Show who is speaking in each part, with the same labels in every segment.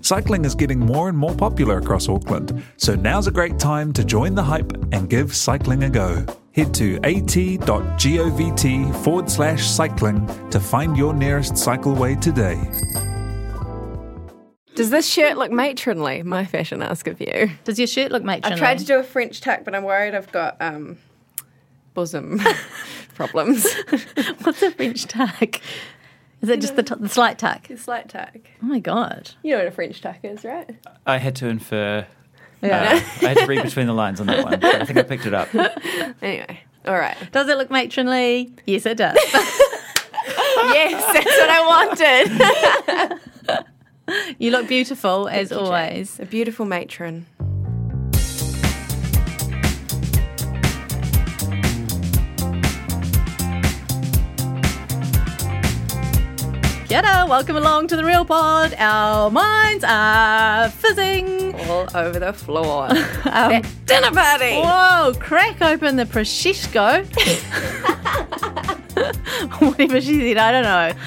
Speaker 1: Cycling is getting more and more popular across Auckland, so now's a great time to join the hype and give cycling a go. Head to at.govt forward slash cycling to find your nearest cycleway today.
Speaker 2: Does this shirt look matronly? My fashion ask of you.
Speaker 3: Does your shirt look matronly?
Speaker 2: I tried to do a French tuck, but I'm worried I've got um, bosom problems.
Speaker 3: What's a French tuck? Is it just the, t- the slight tuck?
Speaker 2: a slight tuck.
Speaker 3: Oh my god!
Speaker 2: You know what a French tuck is, right?
Speaker 4: I had to infer.
Speaker 3: Yeah.
Speaker 4: uh, I had to read between the lines on that one. but I think I picked it up.
Speaker 2: Anyway, all right.
Speaker 3: Does it look matronly? Yes, it does.
Speaker 2: yes, that's what I wanted.
Speaker 3: you look beautiful as always.
Speaker 2: a beautiful matron.
Speaker 3: G'da, welcome along to the Real Pod. Our minds are fizzing.
Speaker 2: All over the floor.
Speaker 3: Um,
Speaker 2: Dinner party.
Speaker 3: Whoa, crack open the prosciutto. Whatever she said, I don't know.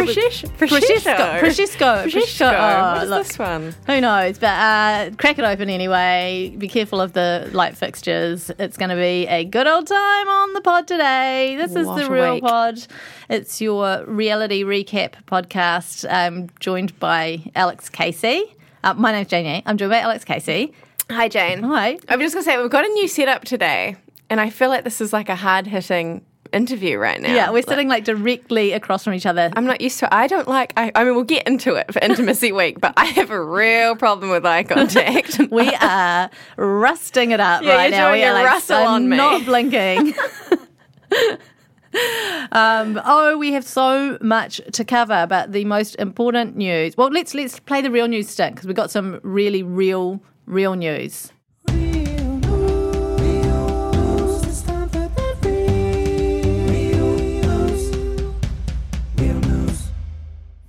Speaker 3: It was-
Speaker 2: Prosciutto.
Speaker 3: Prosciutto. Prosciutto. Prosciutto.
Speaker 2: Prosciutto.
Speaker 3: Oh,
Speaker 2: What is
Speaker 3: look.
Speaker 2: this one?
Speaker 3: Who knows? But uh, crack it open anyway. Be careful of the light fixtures. It's going to be a good old time on the pod today. This is
Speaker 2: What
Speaker 3: the
Speaker 2: a
Speaker 3: Real
Speaker 2: week.
Speaker 3: Pod. It's your reality recap podcast. I'm joined by Alex Casey. Uh, my name's Janie. I'm joined by Alex Casey.
Speaker 2: Hi, Jane.
Speaker 3: Hi.
Speaker 2: I'm just gonna say we've got a new setup today, and I feel like this is like a hard hitting interview right now.
Speaker 3: Yeah, we're
Speaker 2: Like,
Speaker 3: sitting like directly across from each other.
Speaker 2: I'm not used to. I don't like. I, I mean, we'll get into it for intimacy week, but I have a real problem with eye contact.
Speaker 3: We are rusting it up
Speaker 2: Yeah,
Speaker 3: right
Speaker 2: you're
Speaker 3: now.
Speaker 2: doing
Speaker 3: we
Speaker 2: a
Speaker 3: are like,
Speaker 2: rustle
Speaker 3: so
Speaker 2: on me.
Speaker 3: not blinking. um, oh, we have so much to cover, but the most important news. Well, let's let's play the real news stick because we got some really real real news.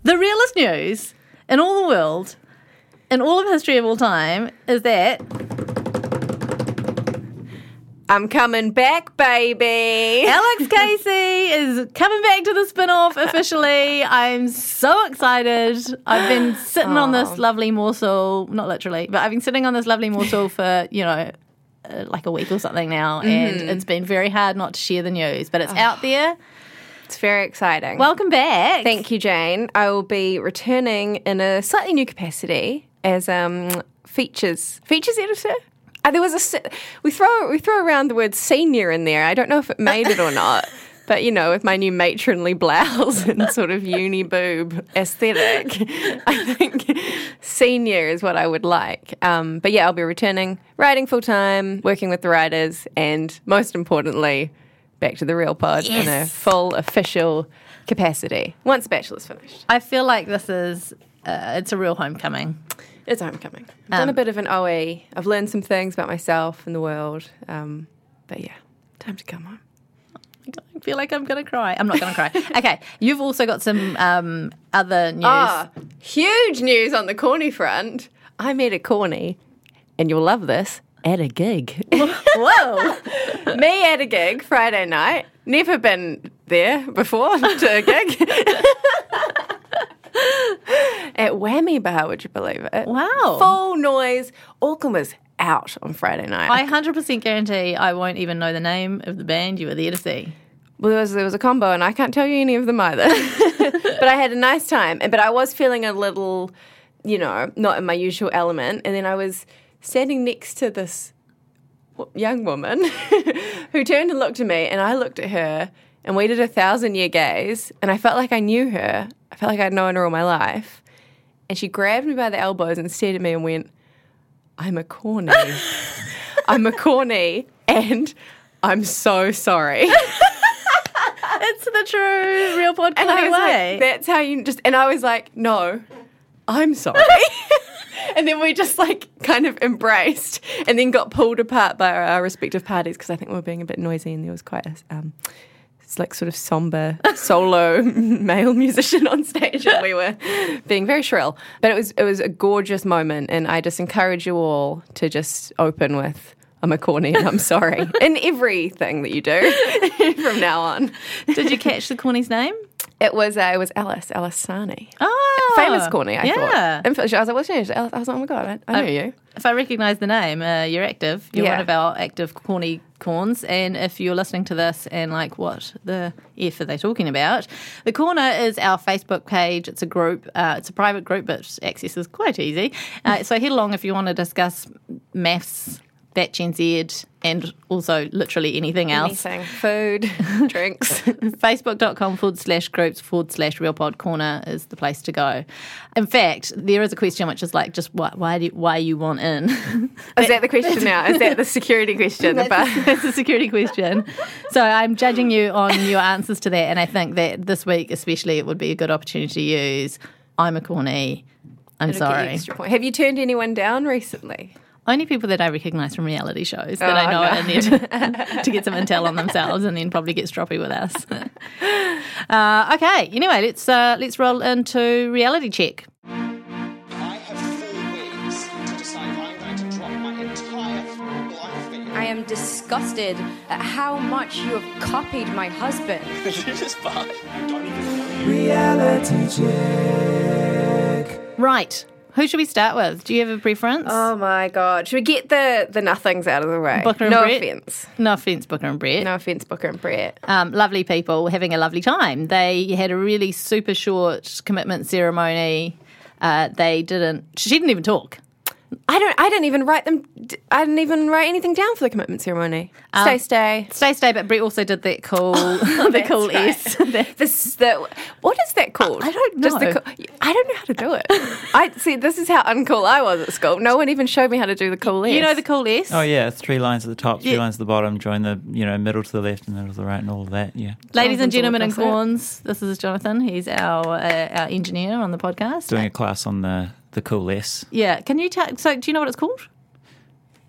Speaker 3: The realest news in all the world, in all of history of all time, is that
Speaker 2: I'm coming back, baby.
Speaker 3: Alex Casey is coming back to the spin off officially. I'm so excited. I've been sitting on this lovely morsel, not literally, but I've been sitting on this lovely morsel for, you know, uh, like a week or something
Speaker 2: Mm-hmm.
Speaker 3: now. And it's been very hard not to share the news, but it's out there.
Speaker 2: It's very exciting.
Speaker 3: Welcome back.
Speaker 2: thank you, Jane. I will be returning in a slightly new capacity as um features features editor. Uh, there was a se- we throw we throw around the word senior in there. I don't know if it made it or not. But you know, with my new matronly blouse and sort of uni boob aesthetic, I think senior is what I would like. Um, but yeah, I'll be returning, writing full time, working with the writers, and most importantly, back to the real pod in a full official capacity once bachelor's finished
Speaker 3: I feel like this is, uh, it's a real homecoming.
Speaker 2: it's homecoming i've done a bit of an oe i've learned some things about myself and the world um, but yeah time to come home
Speaker 3: I feel like I'm going to cry. I'm not going to cry. okay. You've also got some um, other news.
Speaker 2: ah huge news on the corny front i met a corny and you'll love this at a gig
Speaker 3: Whoa.
Speaker 2: me at a gig friday night never been there before to a gig at whammy bar would you believe it
Speaker 3: Wow.
Speaker 2: full noise. Auckland was out on Friday night.
Speaker 3: I hundred percent guarantee I won't even know the name of the band you were there to see.
Speaker 2: well, there was there was a combo, and I can't tell you any of them either. but I had a nice time, and but I was feeling a little, you know, not in my usual element. And then I was standing next to this w- young woman who turned and looked at me, and I looked at her, and we did a thousand year gaze, and I felt like I knew her. I felt like I'd known her all my life. And she grabbed me by the elbows and stared at me and went, I'm a corny. I'm a corny, and I'm so sorry.
Speaker 3: It's the true real podcast
Speaker 2: And I was
Speaker 3: way.
Speaker 2: like, that's how you just, and I was like, no, I'm sorry. and then we just like kind of embraced and then got pulled apart by our, our respective parties because I think we were being a bit noisy and there was quite a, um, it's like sort of somber solo male musician on stage and we were being very shrill. But it was, it was a gorgeous moment and I just encourage you all to just open with, I'm a corny and I'm sorry in everything that you do from now on.
Speaker 3: Did you catch the corny's name?
Speaker 2: It was uh, it was Alice Alice Sani.
Speaker 3: Oh,
Speaker 2: Famous corny, I
Speaker 3: yeah.
Speaker 2: thought. And I was like, what's your name? She's like, Alice. I was like, Ah, oh my God, I, I knew you.
Speaker 3: If I recognise the name, uh, you're active. You're
Speaker 2: Yeah.
Speaker 3: one of our active corny corns. And if you're listening to this and like, what the F are they talking about? The Corner is our Facebook page. It's a group, uh, it's a private group, but access is quite easy. Uh, so head along if you want to discuss maths, that Gen Z, and also literally anything else.
Speaker 2: Anything. Food, drinks.
Speaker 3: Facebook.com forward slash groups forward slash real pod corner is the place to go. In fact, there is a question which is like, just why, why, do, why you want in?
Speaker 2: Is that the question now? Is that the security question? But
Speaker 3: That's a security question. So I'm judging you on your answers to that. And I think that this week, especially, it would be a good opportunity to use I'm a corny. I'm
Speaker 2: It'll get you
Speaker 3: sorry.
Speaker 2: extra point. Have you turned anyone down recently?
Speaker 3: Only people that I recognise from reality shows that
Speaker 2: Oh,
Speaker 3: I know
Speaker 2: no.
Speaker 3: are in there to, to get some intel on themselves and then probably get stroppy with us. Uh, okay. Anyway, let's uh, let's roll into reality check.
Speaker 5: I have four weeks to decide if I'm going to drop my entire life in.
Speaker 6: I am disgusted at how much you have copied my husband.
Speaker 3: Right. Who should we start with? Do you have a preference?
Speaker 2: Oh my God. Should we get the, the nothings out of the way?
Speaker 3: Booker and
Speaker 2: no
Speaker 3: Brett?
Speaker 2: offense.
Speaker 3: no offence, Booker and Brett.
Speaker 2: No offense, Booker and Brett.
Speaker 3: um, lovely people having a lovely time. They had a really super short commitment ceremony. Uh, they didn't. She didn't even talk.
Speaker 2: I don't. I didn't even write them. d- I didn't even write anything down for the commitment ceremony. stay, stay.
Speaker 3: Stay, stay. But Brett also did that cool, the cool
Speaker 2: right.
Speaker 3: S. That-
Speaker 2: This is the what is that called?
Speaker 3: I don't
Speaker 2: Just
Speaker 3: know.
Speaker 2: the co- I don't know how to do it. I see. This is how uncool I was at school. No one even showed me how to do the cool.
Speaker 3: You know
Speaker 2: S.
Speaker 3: the cool S.
Speaker 4: Oh yeah, it's three lines at the top, three
Speaker 3: Yeah.
Speaker 4: lines at the bottom. Join the you know middle to the left and middle to the right and all of that. Yeah,
Speaker 3: Ladies and
Speaker 2: Jonathan's all
Speaker 3: gentlemen and
Speaker 2: across it.
Speaker 3: corns, this is Jonathan. He's our uh, our engineer on the podcast.
Speaker 4: doing a class on the the cool S.
Speaker 3: yeah. Can you tell? So, do you know what it's called?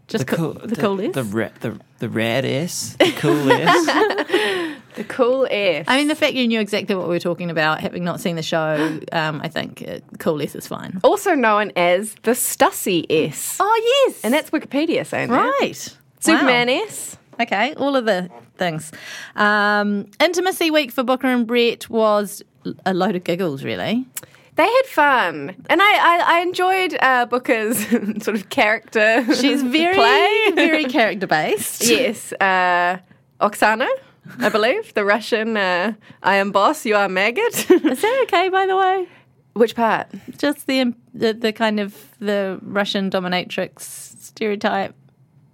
Speaker 3: Just
Speaker 4: the
Speaker 3: co-
Speaker 4: cool,
Speaker 3: the cool S.
Speaker 4: the ra- the the rad S, the cool S.
Speaker 2: the cool S.
Speaker 3: I mean, the fact you knew exactly what we were talking about, having not seen the show, um, I think uh, cool S is fine.
Speaker 2: also known as the Stussy S.
Speaker 3: Oh yes,
Speaker 2: And that's Wikipedia saying that.
Speaker 3: right.
Speaker 2: Superman
Speaker 3: Wow.
Speaker 2: S.
Speaker 3: Okay, all of the things. Um, intimacy week for Booker and Brett was a load of giggles, really.
Speaker 2: They had fun, and I I, I enjoyed uh, Booker's sort of character.
Speaker 3: She's very,
Speaker 2: play.
Speaker 3: very character based.
Speaker 2: yes, uh, Oksana. I believe the Russian uh, "I am boss, you are maggot."
Speaker 3: Is that okay, by the way?
Speaker 2: Which part?
Speaker 3: Just the the, the kind of the Russian dominatrix stereotype.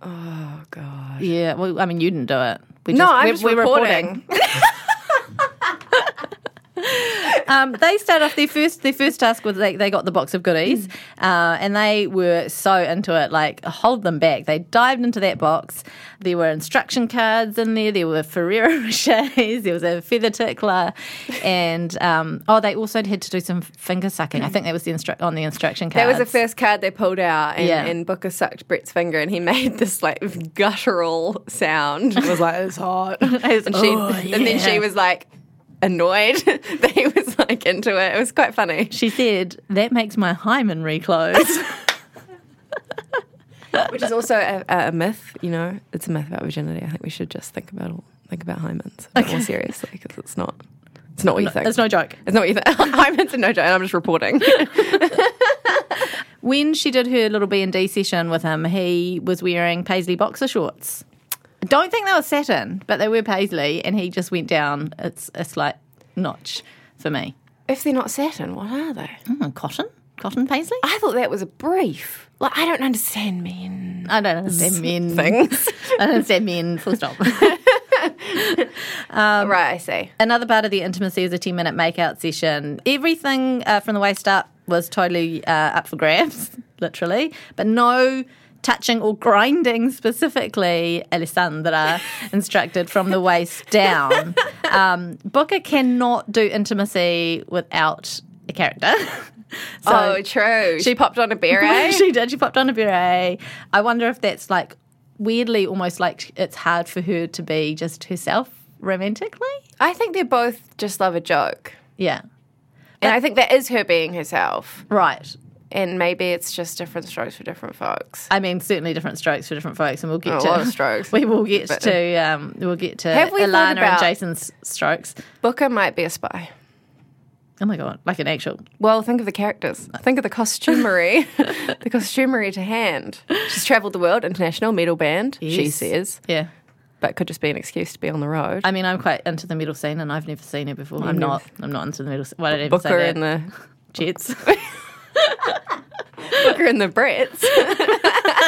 Speaker 2: Oh God.
Speaker 3: Yeah, well, I mean, you didn't do it. We
Speaker 2: No, I'm
Speaker 3: we're-
Speaker 2: just
Speaker 3: we're
Speaker 2: reporting.
Speaker 3: Um, they start off their first their first task was they, they got the box of goodies,
Speaker 2: Mm.
Speaker 3: uh, and they were so into it. Like hold them back. They dived into that box. There were instruction cards in there. There were Ferrero Rochers. There was a feather tickler, and um, oh, they also had to do some finger sucking. I think that was the instru- on the instruction
Speaker 2: That
Speaker 3: cards.
Speaker 2: was the first card they pulled out, and,
Speaker 3: Yeah.
Speaker 2: and Booker sucked Brett's finger, and he made this like guttural sound. It was like it's hot, and, she,
Speaker 3: "Oh,
Speaker 2: and then she
Speaker 3: yeah."
Speaker 2: was like annoyed that he was like into it. It was quite funny,
Speaker 3: She said that makes my hymen reclose.
Speaker 2: which is also a, a myth. You know, it's a myth about virginity. I think we should just think about all, think about hymens a bit more seriously because it's not it's not what you think.
Speaker 3: That's no joke.
Speaker 2: It's not what you think. hymens are no joke, and I'm just reporting.
Speaker 3: When she did her little B and D session with him, he was wearing paisley boxer shorts. I Don't think they were satin, but they were paisley, and he just went down. It's a slight notch for me.
Speaker 2: if they're not satin, what are they?
Speaker 3: Hmm, cotton, cotton paisley.
Speaker 2: I thought that was a brief. Like I don't understand men.
Speaker 3: I don't understand men.
Speaker 2: things.
Speaker 3: I don't understand men. Full stop.
Speaker 2: right, I see.
Speaker 3: Another part of the intimacy is a 10 minute makeout session. Everything uh, from the waist up was totally uh, up for grabs, literally, but no touching or grinding specifically, Alessandra instructed from the waist down. Um, Booker cannot do intimacy without a character. So
Speaker 2: oh, true. She popped on a beret.
Speaker 3: she did. She popped on a beret. I wonder if that's like weirdly almost like it's hard for her to be just herself romantically.
Speaker 2: I think they both just love a joke.
Speaker 3: Yeah.
Speaker 2: And I think that is her being herself.
Speaker 3: Right.
Speaker 2: And maybe it's just different strokes for different folks.
Speaker 3: I mean, certainly different strokes for different folks, and we'll get
Speaker 2: Oh, a
Speaker 3: to
Speaker 2: lot of strokes.
Speaker 3: We will get
Speaker 2: But-
Speaker 3: to um, we'll get to
Speaker 2: Have we thought
Speaker 3: Alana and
Speaker 2: about-
Speaker 3: Jason's strokes.
Speaker 2: Booker might be a spy.
Speaker 3: Oh my god, like an actual
Speaker 2: Well, think of the characters. Think of the costumery. the costumery to hand. She's travelled the world, international, metal band, she
Speaker 3: Yes.
Speaker 2: says.
Speaker 3: yeah.
Speaker 2: But could just be an excuse to be on the road.
Speaker 3: I mean, I'm quite into the middle scene, and I've never seen her before. I'm not. I'm not into the middle. se- Why did I even say
Speaker 2: Booker
Speaker 3: that?
Speaker 2: and the
Speaker 3: Jets.
Speaker 2: Booker and the Brits.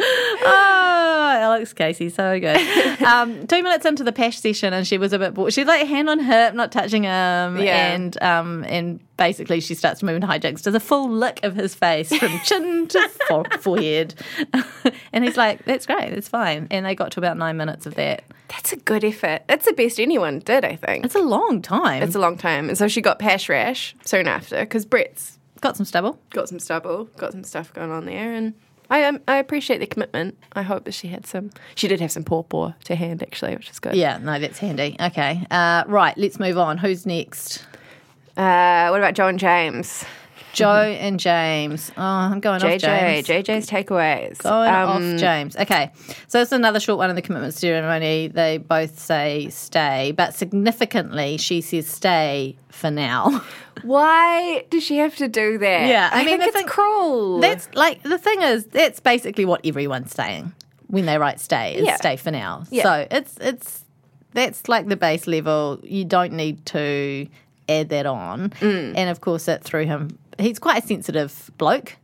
Speaker 3: Oh, Alex Casey, so good. Um, two minutes into the Pash session, and she was a bit bored. She's like hand on hip, not touching him,
Speaker 2: Yeah.
Speaker 3: and um, and basically she starts moving hijinks. Does a full lick of his face from chin to fore- forehead, and he's like, "That's great, it's fine." And they got to about nine minutes of that.
Speaker 2: That's a good effort. That's the best anyone did, I think.
Speaker 3: It's a long time.
Speaker 2: It's a long time. And so she got Pash Rash soon after because Brett's
Speaker 3: got some stubble.
Speaker 2: got some stubble, got some stuff going on there. And I, um, I appreciate the commitment. I hope that she had some. She did have some pawpaw to hand, actually, which is good.
Speaker 3: Yeah, no, that's handy. Okay, uh, right, let's move on. Who's next?
Speaker 2: Uh, what about John James?
Speaker 3: Joe and James. Oh, I'm going off
Speaker 2: JJ.
Speaker 3: James.
Speaker 2: JJ's takeaways.
Speaker 3: Going
Speaker 2: Um,
Speaker 3: off James. Okay. So it's another short one in the commitment ceremony. They both say stay, but significantly, she says stay for now.
Speaker 2: Why does she have to do that?
Speaker 3: Yeah,
Speaker 2: I,
Speaker 3: I mean,
Speaker 2: mean,
Speaker 3: the
Speaker 2: think it's
Speaker 3: thing-
Speaker 2: cruel.
Speaker 3: That's like the thing is, that's basically what everyone's saying when they write stay is
Speaker 2: Yeah.
Speaker 3: stay for now.
Speaker 2: Yeah.
Speaker 3: So it's, it's, that's like the base level. You don't need to add that on.
Speaker 2: Mm.
Speaker 3: And of course, it threw him, he's quite a sensitive bloke.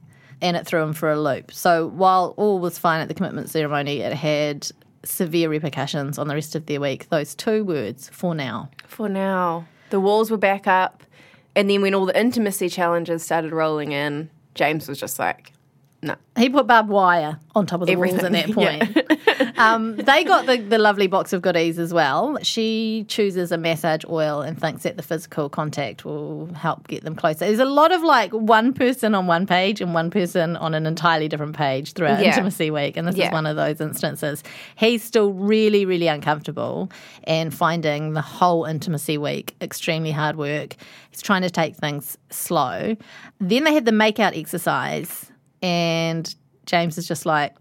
Speaker 3: And it threw him for a loop. So while all was fine at the commitment ceremony, it had severe repercussions on the rest of their week. Those two words, for now.
Speaker 2: for now. The walls were back up, and then when all the intimacy challenges started rolling in, James was just like, "No."
Speaker 3: He put barbed wire on top of the walls at that
Speaker 2: Everything,
Speaker 3: point. um, they got the, the lovely box of goodies as well. She chooses a massage oil and thinks that the physical contact will help get them closer. There's a lot of like one person on one page and one person on an entirely different page throughout
Speaker 2: Yeah.
Speaker 3: Intimacy Week. And this is
Speaker 2: Yeah.
Speaker 3: one of those instances. He's still really, really uncomfortable and finding the whole Intimacy Week extremely hard work. He's trying to take things slow. Then they had the makeout exercise and James is just like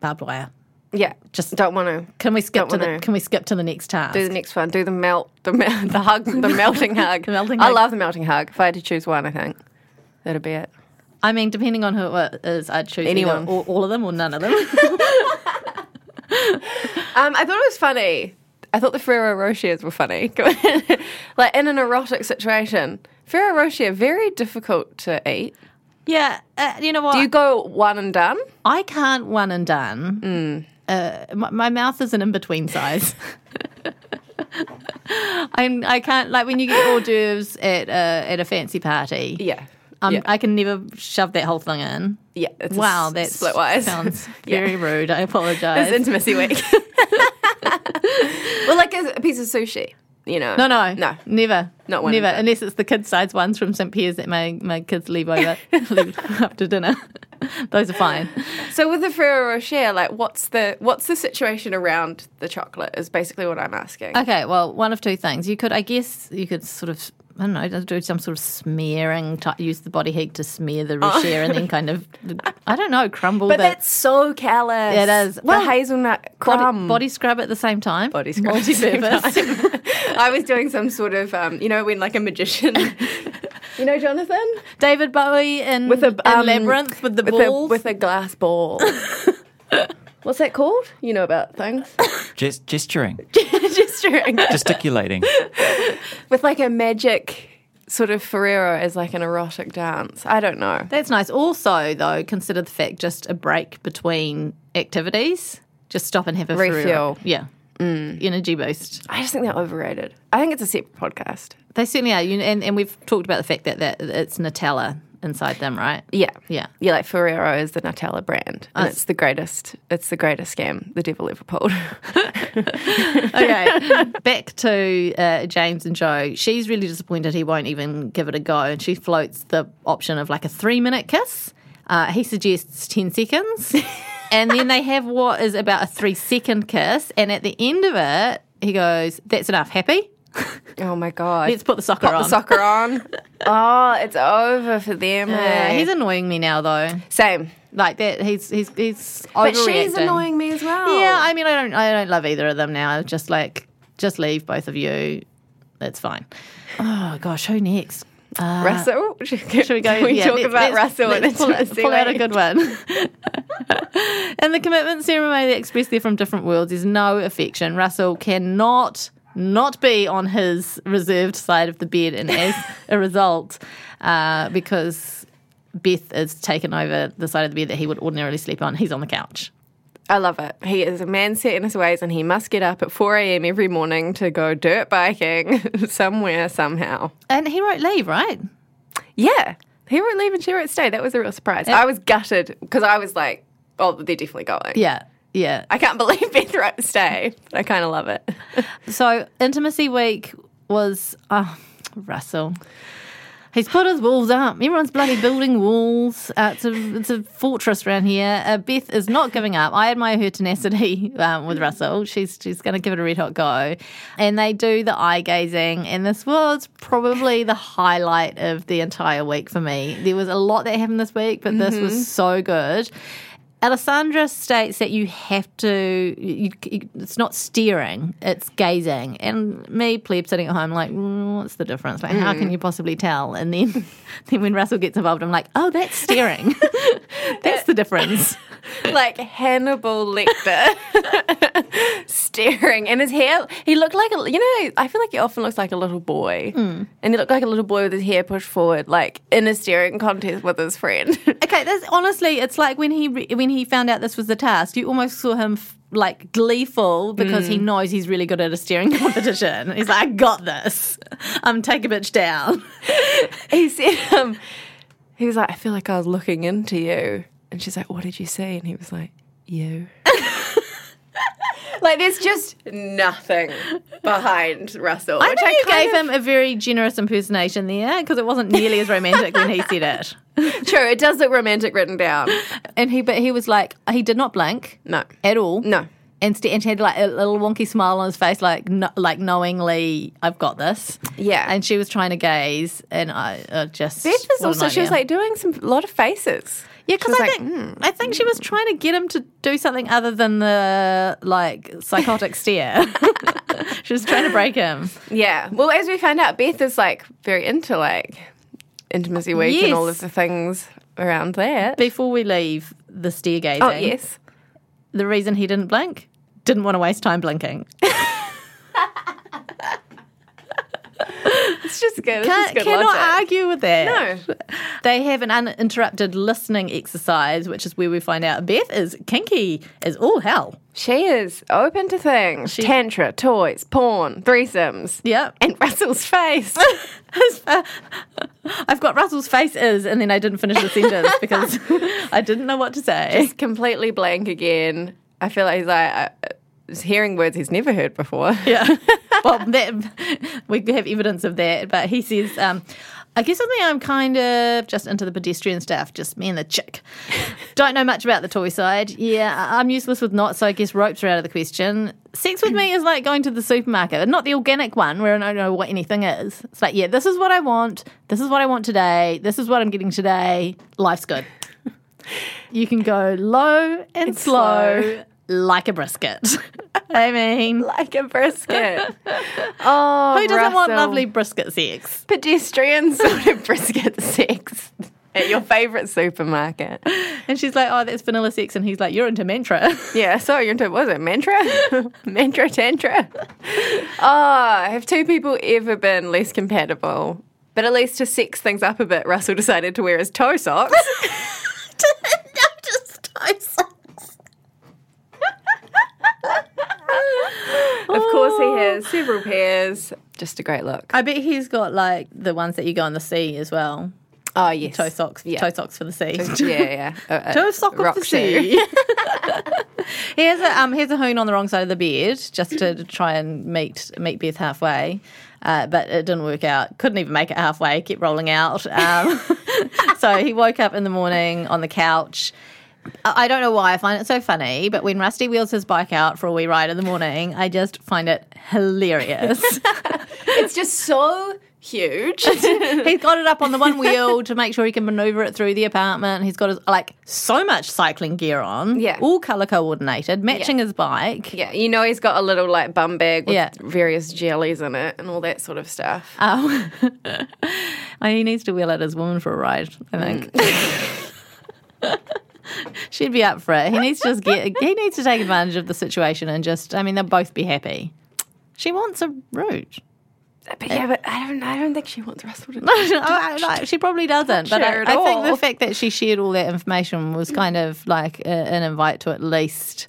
Speaker 3: barbed wire.
Speaker 2: Yeah, just don't want to
Speaker 3: Can we skip to
Speaker 2: Don't
Speaker 3: the
Speaker 2: wanna-
Speaker 3: Can we skip to the next task?
Speaker 2: do the next one. Do the melt, the mel- the hug, the melting hug.
Speaker 3: The melting
Speaker 2: I
Speaker 3: hug.
Speaker 2: love the melting hug. If I had to choose one, I think that'd be it.
Speaker 3: I mean, depending on who it is, I'd choose
Speaker 2: Anyone.
Speaker 3: anyone, or all of them, or none of them.
Speaker 2: Um, I thought it was funny. I thought the Ferrero Rochers were funny. like in an erotic situation, Ferrero Rocher very difficult to eat.
Speaker 3: yeah, uh, you know what?
Speaker 2: Do you go one and done?
Speaker 3: I can't one and done.
Speaker 2: Mm.
Speaker 3: Uh, my, my mouth is an in between size. I'm, I can't like when you get hors d'oeuvres at a, at a fancy party.
Speaker 2: Yeah.
Speaker 3: Um,
Speaker 2: yeah.
Speaker 3: I can never shove that whole thing in.
Speaker 2: yeah it's a
Speaker 3: Wow,
Speaker 2: s-
Speaker 3: that's
Speaker 2: split wise.
Speaker 3: sounds
Speaker 2: Yeah.
Speaker 3: very rude. I apologize.
Speaker 2: It's intimacy week. well, like a, a piece of sushi, you know.
Speaker 3: No, no,
Speaker 2: no.
Speaker 3: never,
Speaker 2: Not one
Speaker 3: never,
Speaker 2: of them.
Speaker 3: unless it's the kids' size ones from St Pierre's that my, my kids leave over leave after dinner. Those are fine.
Speaker 2: So with the Ferrero Rocher, like, what's the what's the situation around the chocolate? Is basically what I'm asking.
Speaker 3: Okay, well, one of two things you could, I guess, you could sort of. I don't know. Do some sort of smearing. Type, use the body heat to smear the rocher, and then kind of, I don't know, crumble.
Speaker 2: Oh. but
Speaker 3: the
Speaker 2: that's so callous.
Speaker 3: It is. Well,
Speaker 2: the hazelnut
Speaker 3: body,
Speaker 2: crumb.
Speaker 3: body scrub at the same time.
Speaker 2: Body scrub at the same
Speaker 3: Multi-purpose.
Speaker 2: I was doing some sort of, um, you know, when like a magician. you know, Jonathan
Speaker 3: David Bowie in
Speaker 2: with a
Speaker 3: in
Speaker 2: um,
Speaker 3: labyrinth with the
Speaker 2: with
Speaker 3: balls.
Speaker 2: a, with a glass ball. What's that called? You know about things.
Speaker 4: Gest- gesturing,
Speaker 2: Gesturing.
Speaker 4: gesticulating.
Speaker 2: with like a magic sort of Ferrero as like an erotic dance. I don't know.
Speaker 3: That's nice. Also, though, consider the fact just a break between activities. Just stop and have a Ferrero.
Speaker 2: Refuel. Mm.
Speaker 3: Yeah. Energy boost.
Speaker 2: I just think they're overrated. I think it's a separate podcast.
Speaker 3: They certainly are. You, and, and we've talked about the fact that, that it's Nutella inside them, right?
Speaker 2: Yeah.
Speaker 3: Yeah.
Speaker 2: Yeah, like Ferrero is the Nutella brand. And
Speaker 3: Us.
Speaker 2: it's the greatest it's the greatest scam the devil ever pulled.
Speaker 3: Okay, back to uh, James and Joe. She's really disappointed he won't even give it a go, and she floats the option of like a three minute kiss. Uh, he suggests 10 seconds, and then they have what is about a three second kiss. And at the end of it, he goes, That's enough, happy?
Speaker 2: oh my god.
Speaker 3: Let's put the soccer
Speaker 2: Pop
Speaker 3: on.
Speaker 2: the soccer on. oh, it's over for them.
Speaker 3: Uh,
Speaker 2: eh?
Speaker 3: he's annoying me now, though.
Speaker 2: Same.
Speaker 3: Like that, he's he's he's
Speaker 2: But she's
Speaker 3: overreacting.
Speaker 2: annoying me as well.
Speaker 3: Yeah, I mean, I don't, I don't love either of them now. Just like, just leave both of you. That's fine. Oh gosh, who next?
Speaker 2: Russell? Should
Speaker 3: Uh, Should we go?
Speaker 2: Can we
Speaker 3: yeah,
Speaker 2: talk
Speaker 3: let's-
Speaker 2: about
Speaker 3: let's-
Speaker 2: Russell
Speaker 3: let's
Speaker 2: and
Speaker 3: pull,
Speaker 2: its
Speaker 3: pull out a good one. and the commitment ceremony they express they're from different worlds. There's no affection. Russell cannot not be on his reserved side of the bed, and as a result, uh, because Beth is taken over the side of the bed that he would ordinarily sleep on, he's on the couch.
Speaker 2: I love it. He is a man set in his ways and he must get up at 4 a.m. every morning to go dirt biking somewhere, somehow.
Speaker 3: And he wrote leave, right?
Speaker 2: Yeah. He wrote leave and she wrote stay. That was a real surprise. I was gutted because I was like, oh, they're definitely going.
Speaker 3: Yeah, yeah.
Speaker 2: I can't believe Beth wrote stay, but I kind of love it.
Speaker 3: So intimacy week was oh, Russell. He's put his walls up. Everyone's bloody building walls. Uh, it's a it's a fortress around here. Uh, Beth is not giving up. I admire her tenacity um, with Russell. She's she's going to give it a red hot go, and they do the eye gazing. And this was probably the highlight of the entire week for me. There was a lot that happened this week, but this was so good. Alessandra states that you have to, you, you- it's not staring, it's gazing. And me, plebe, sitting at home, like, "Mm, what's the difference? Like, how can you possibly tell? And then, then when Russell gets involved, I'm like, oh, that's staring. that's the difference.
Speaker 2: like Hannibal Lecter staring, and his hair. He looked like a. You know, I feel like he often looks like a little boy, and he looked like a little boy with his hair pushed forward, like in a staring contest with his friend.
Speaker 3: Okay, that's honestly, it's like when he re- when he found out this was the task, you almost saw him f- like gleeful because he knows he's really good at a steering competition. he's like, I got this. I'm take a bitch down.
Speaker 2: he said, um, he was like, I feel like I was looking into you, and she's like, What did you see? And he was like, You. Like there's just nothing behind Russell.
Speaker 3: I
Speaker 2: which
Speaker 3: think you
Speaker 2: kind
Speaker 3: gave
Speaker 2: of-
Speaker 3: him a very generous impersonation there because it wasn't nearly as romantic when he said it.
Speaker 2: True, it does look romantic written down.
Speaker 3: And he, but he was like, he did not blink
Speaker 2: No,
Speaker 3: at all.
Speaker 2: no.
Speaker 3: And, st- and he had like a little wonky smile on his face, like no, like knowingly, I've got this.
Speaker 2: Yeah.
Speaker 3: And she was trying to gaze, and I uh, just.
Speaker 2: Beth was
Speaker 3: what a
Speaker 2: also she was
Speaker 3: nightmare.
Speaker 2: like doing some a lot of faces.
Speaker 3: yeah, because
Speaker 2: was
Speaker 3: I
Speaker 2: like,
Speaker 3: think I think she was trying to get him to do something other than the like psychotic stare. she was trying to break him.
Speaker 2: Yeah. Well, as we found out, Beth is like very into like intimacy week and all
Speaker 3: Yes.
Speaker 2: of the things around that.
Speaker 3: Before we leave the stare gazing,
Speaker 2: oh yes.
Speaker 3: the reason he didn't blink didn't want to waste time blinking.
Speaker 2: It's just good. It's just
Speaker 3: Can't,
Speaker 2: good
Speaker 3: cannot
Speaker 2: logic.
Speaker 3: argue with that.
Speaker 2: No.
Speaker 3: They have an uninterrupted listening exercise, which is where we find out Beth is kinky as all hell.
Speaker 2: She is open to things. Tantra, toys, porn, threesomes.
Speaker 3: Yep.
Speaker 2: And Russell's face.
Speaker 3: I've got Russell's face is, and then I didn't finish the sentence because I didn't know what to say.
Speaker 2: He's completely blank again. I feel like he's like uh, he's hearing words he's never heard before.
Speaker 3: Yeah. well, that, we have evidence of that. But he says, um, I guess I think I'm kind of just into the pedestrian stuff, just me and the chick. Don't know much about the toy side. Yeah, I- I'm useless with knots, so I guess ropes are out of the question. Sex with me is like going to the supermarket, not the organic one where I don't know what anything is. It's like, yeah, this is what I want. This is what I want today. This is what I'm getting today. Life's good. You can go low and, slow like a brisket. I mean,
Speaker 2: like a brisket. oh,
Speaker 3: who doesn't want
Speaker 2: Russell.
Speaker 3: lovely brisket sex?
Speaker 2: pedestrian sort of brisket sex at your favourite supermarket.
Speaker 3: And she's like, oh, that's vanilla sex. And he's like, you're into mantra.
Speaker 2: Yeah, sorry, into what was it mantra, mantra tantra? Oh, have two people ever been less compatible? But at least to sex things up a bit, Russell decided to wear his toe socks.
Speaker 3: no, just toe socks.
Speaker 2: several pairs. Just a great look.
Speaker 3: I bet he's got like the ones that you go on the sea as well.
Speaker 2: Oh yes,
Speaker 3: Toe socks,
Speaker 2: Yeah.
Speaker 3: toe socks for the sea.
Speaker 2: Yeah, yeah. Uh, A- a
Speaker 3: Toe sock off
Speaker 2: rock
Speaker 3: the
Speaker 2: shoe.
Speaker 3: sea. he has a um, he has a hoon on the wrong side of the bed just to try and meet meet Beth halfway, uh, but it didn't work out. Couldn't even make it halfway. Kept rolling out. Um, so he woke up in the morning on the couch. I I don't know why I find it so funny, but when Rusty wheels his bike out for a wee ride in the morning, I just find it hilarious.
Speaker 2: It's just so huge.
Speaker 3: He's got it up on the one wheel to make sure he can maneuver it through the apartment. He's got his, like so much cycling gear on,
Speaker 2: Yeah.
Speaker 3: all color coordinated, matching his bike.
Speaker 2: yeah, you know he's got a little like bum bag with
Speaker 3: Yeah.
Speaker 2: various jellies in it and all that sort of stuff.
Speaker 3: Oh, he needs to wheel out his woman for a ride. I
Speaker 2: Mm.
Speaker 3: think she'd be up for it. He needs to just get. He needs to take advantage of the situation and just. I mean, they'll both be happy. She wants a route.
Speaker 2: Uh, but yeah, but I don't. I don't think she wants Russell to.
Speaker 3: No, I- I- she probably doesn't. But
Speaker 2: Sure
Speaker 3: I,
Speaker 2: at
Speaker 3: I think the
Speaker 2: all.
Speaker 3: fact that she shared all that information was kind of like a, an invite to at least,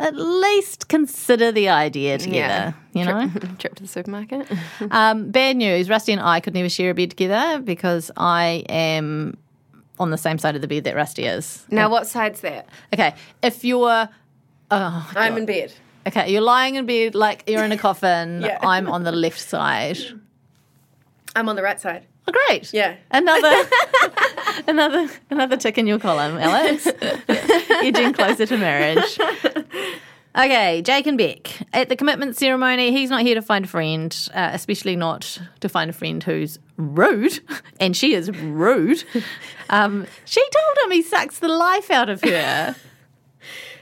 Speaker 3: at least consider the idea together. You know,
Speaker 2: Trip, trip to the supermarket.
Speaker 3: um, bad news. Rusty and I could never share a bed together because I am on the same side of the bed that Rusty is.
Speaker 2: Now, what side's that?
Speaker 3: Okay, if you're
Speaker 2: I'm in bed.
Speaker 3: okay, you're lying in bed like you're in a coffin.
Speaker 2: Yeah.
Speaker 3: I'm on the left side.
Speaker 2: I'm on the right side.
Speaker 3: Oh, great.
Speaker 2: Yeah.
Speaker 3: Another another another tick in your column, Alex. Edging closer to marriage. Okay, Jake and Beck. At the commitment ceremony, he's not here to find a friend, uh, especially not to find a friend who's rude, and she is rude. Um, she told him he sucks the life out of her.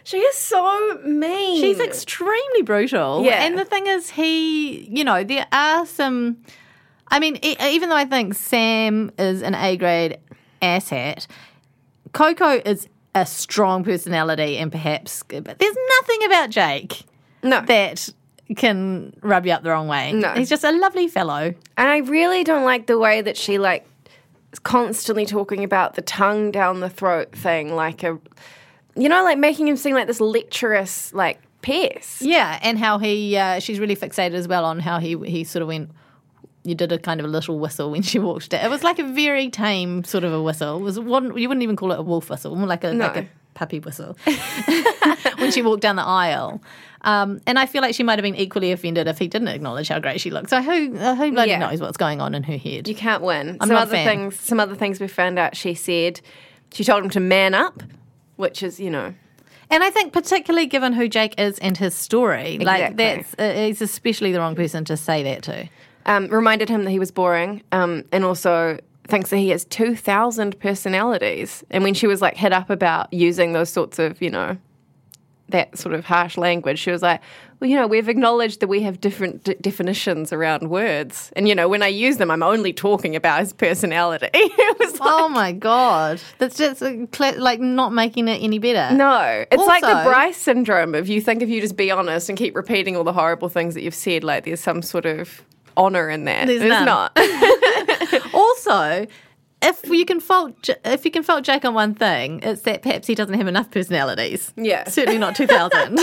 Speaker 2: She is so mean.
Speaker 3: She's extremely brutal.
Speaker 2: Yeah.
Speaker 3: And the thing is, he, you know, there are some. I mean, e- even though I think Sam is an A grade asshat, Coco is a strong personality and perhaps. But there's nothing about Jake
Speaker 2: no.
Speaker 3: that can rub you up the wrong way.
Speaker 2: No.
Speaker 3: He's just a lovely fellow.
Speaker 2: And I really don't like the way that she like is constantly talking about the tongue down the throat thing, like a, you know, like making him seem like this lecherous like pest.
Speaker 3: Yeah. And how he, uh, she's really fixated as well on how he, he sort of went. You did a kind of a little whistle when she walked it. It was like a very tame sort of a whistle. It was one you wouldn't even call it a wolf whistle, more like a like a puppy whistle. when she walked down the aisle. Um, and I feel like she might have been equally offended if he didn't acknowledge how great she looked. So who uh, who bloody
Speaker 2: Yeah.
Speaker 3: knows what's going on in her head?
Speaker 2: You can't win.
Speaker 3: I'm
Speaker 2: some
Speaker 3: not a
Speaker 2: other
Speaker 3: fan.
Speaker 2: things. Some other things we found out. She said she told him to man up, which is you know
Speaker 3: And I think particularly given who Jake is and his story, like
Speaker 2: Exactly.
Speaker 3: that's uh, he's especially the wrong person to say that to.
Speaker 2: um, reminded him that he was boring, um, and also thinks that he has two thousand personalities. And when she was like hit up about using those sorts of you know that sort of harsh language, she was like, "Well, you know, we've acknowledged that we have different d- definitions around words, and you know, when I use them, I'm only talking about his personality." it was like,
Speaker 3: Oh my god, that's just uh, cla- like not making it any better.
Speaker 2: No, it's like the
Speaker 3: Also-
Speaker 2: Bryce syndrome of you think if you just be honest and keep repeating all the horrible things that you've said, like there's some sort of honor in that.
Speaker 3: There's none.
Speaker 2: not.
Speaker 3: Also, if you can fault J- if you can fault Jake on one thing, it's that perhaps he doesn't have enough personalities.
Speaker 2: Yeah.
Speaker 3: certainly not two thousand.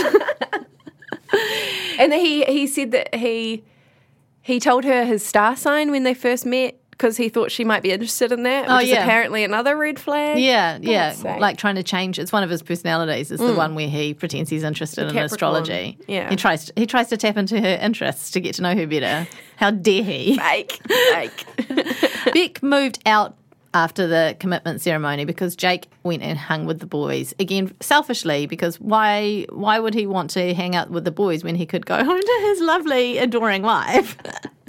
Speaker 2: And he he said that he he told her his star sign when they first met because he thought she might be interested in that, which
Speaker 3: Oh,
Speaker 2: is
Speaker 3: yeah.
Speaker 2: apparently another red flag.
Speaker 3: yeah, yeah,
Speaker 2: sake.
Speaker 3: like trying to change. It's one of his personalities. Is the one where he pretends he's interested in
Speaker 2: Capricorn.
Speaker 3: astrology.
Speaker 2: Yeah.
Speaker 3: he tries he tries to tap into her interests to get to know her better. How dare he?
Speaker 2: Fake, fake.
Speaker 3: Beck moved out after the commitment ceremony because Jake went and hung with the boys again selfishly because why why would he want to hang out with the boys when he could go home to his lovely adoring wife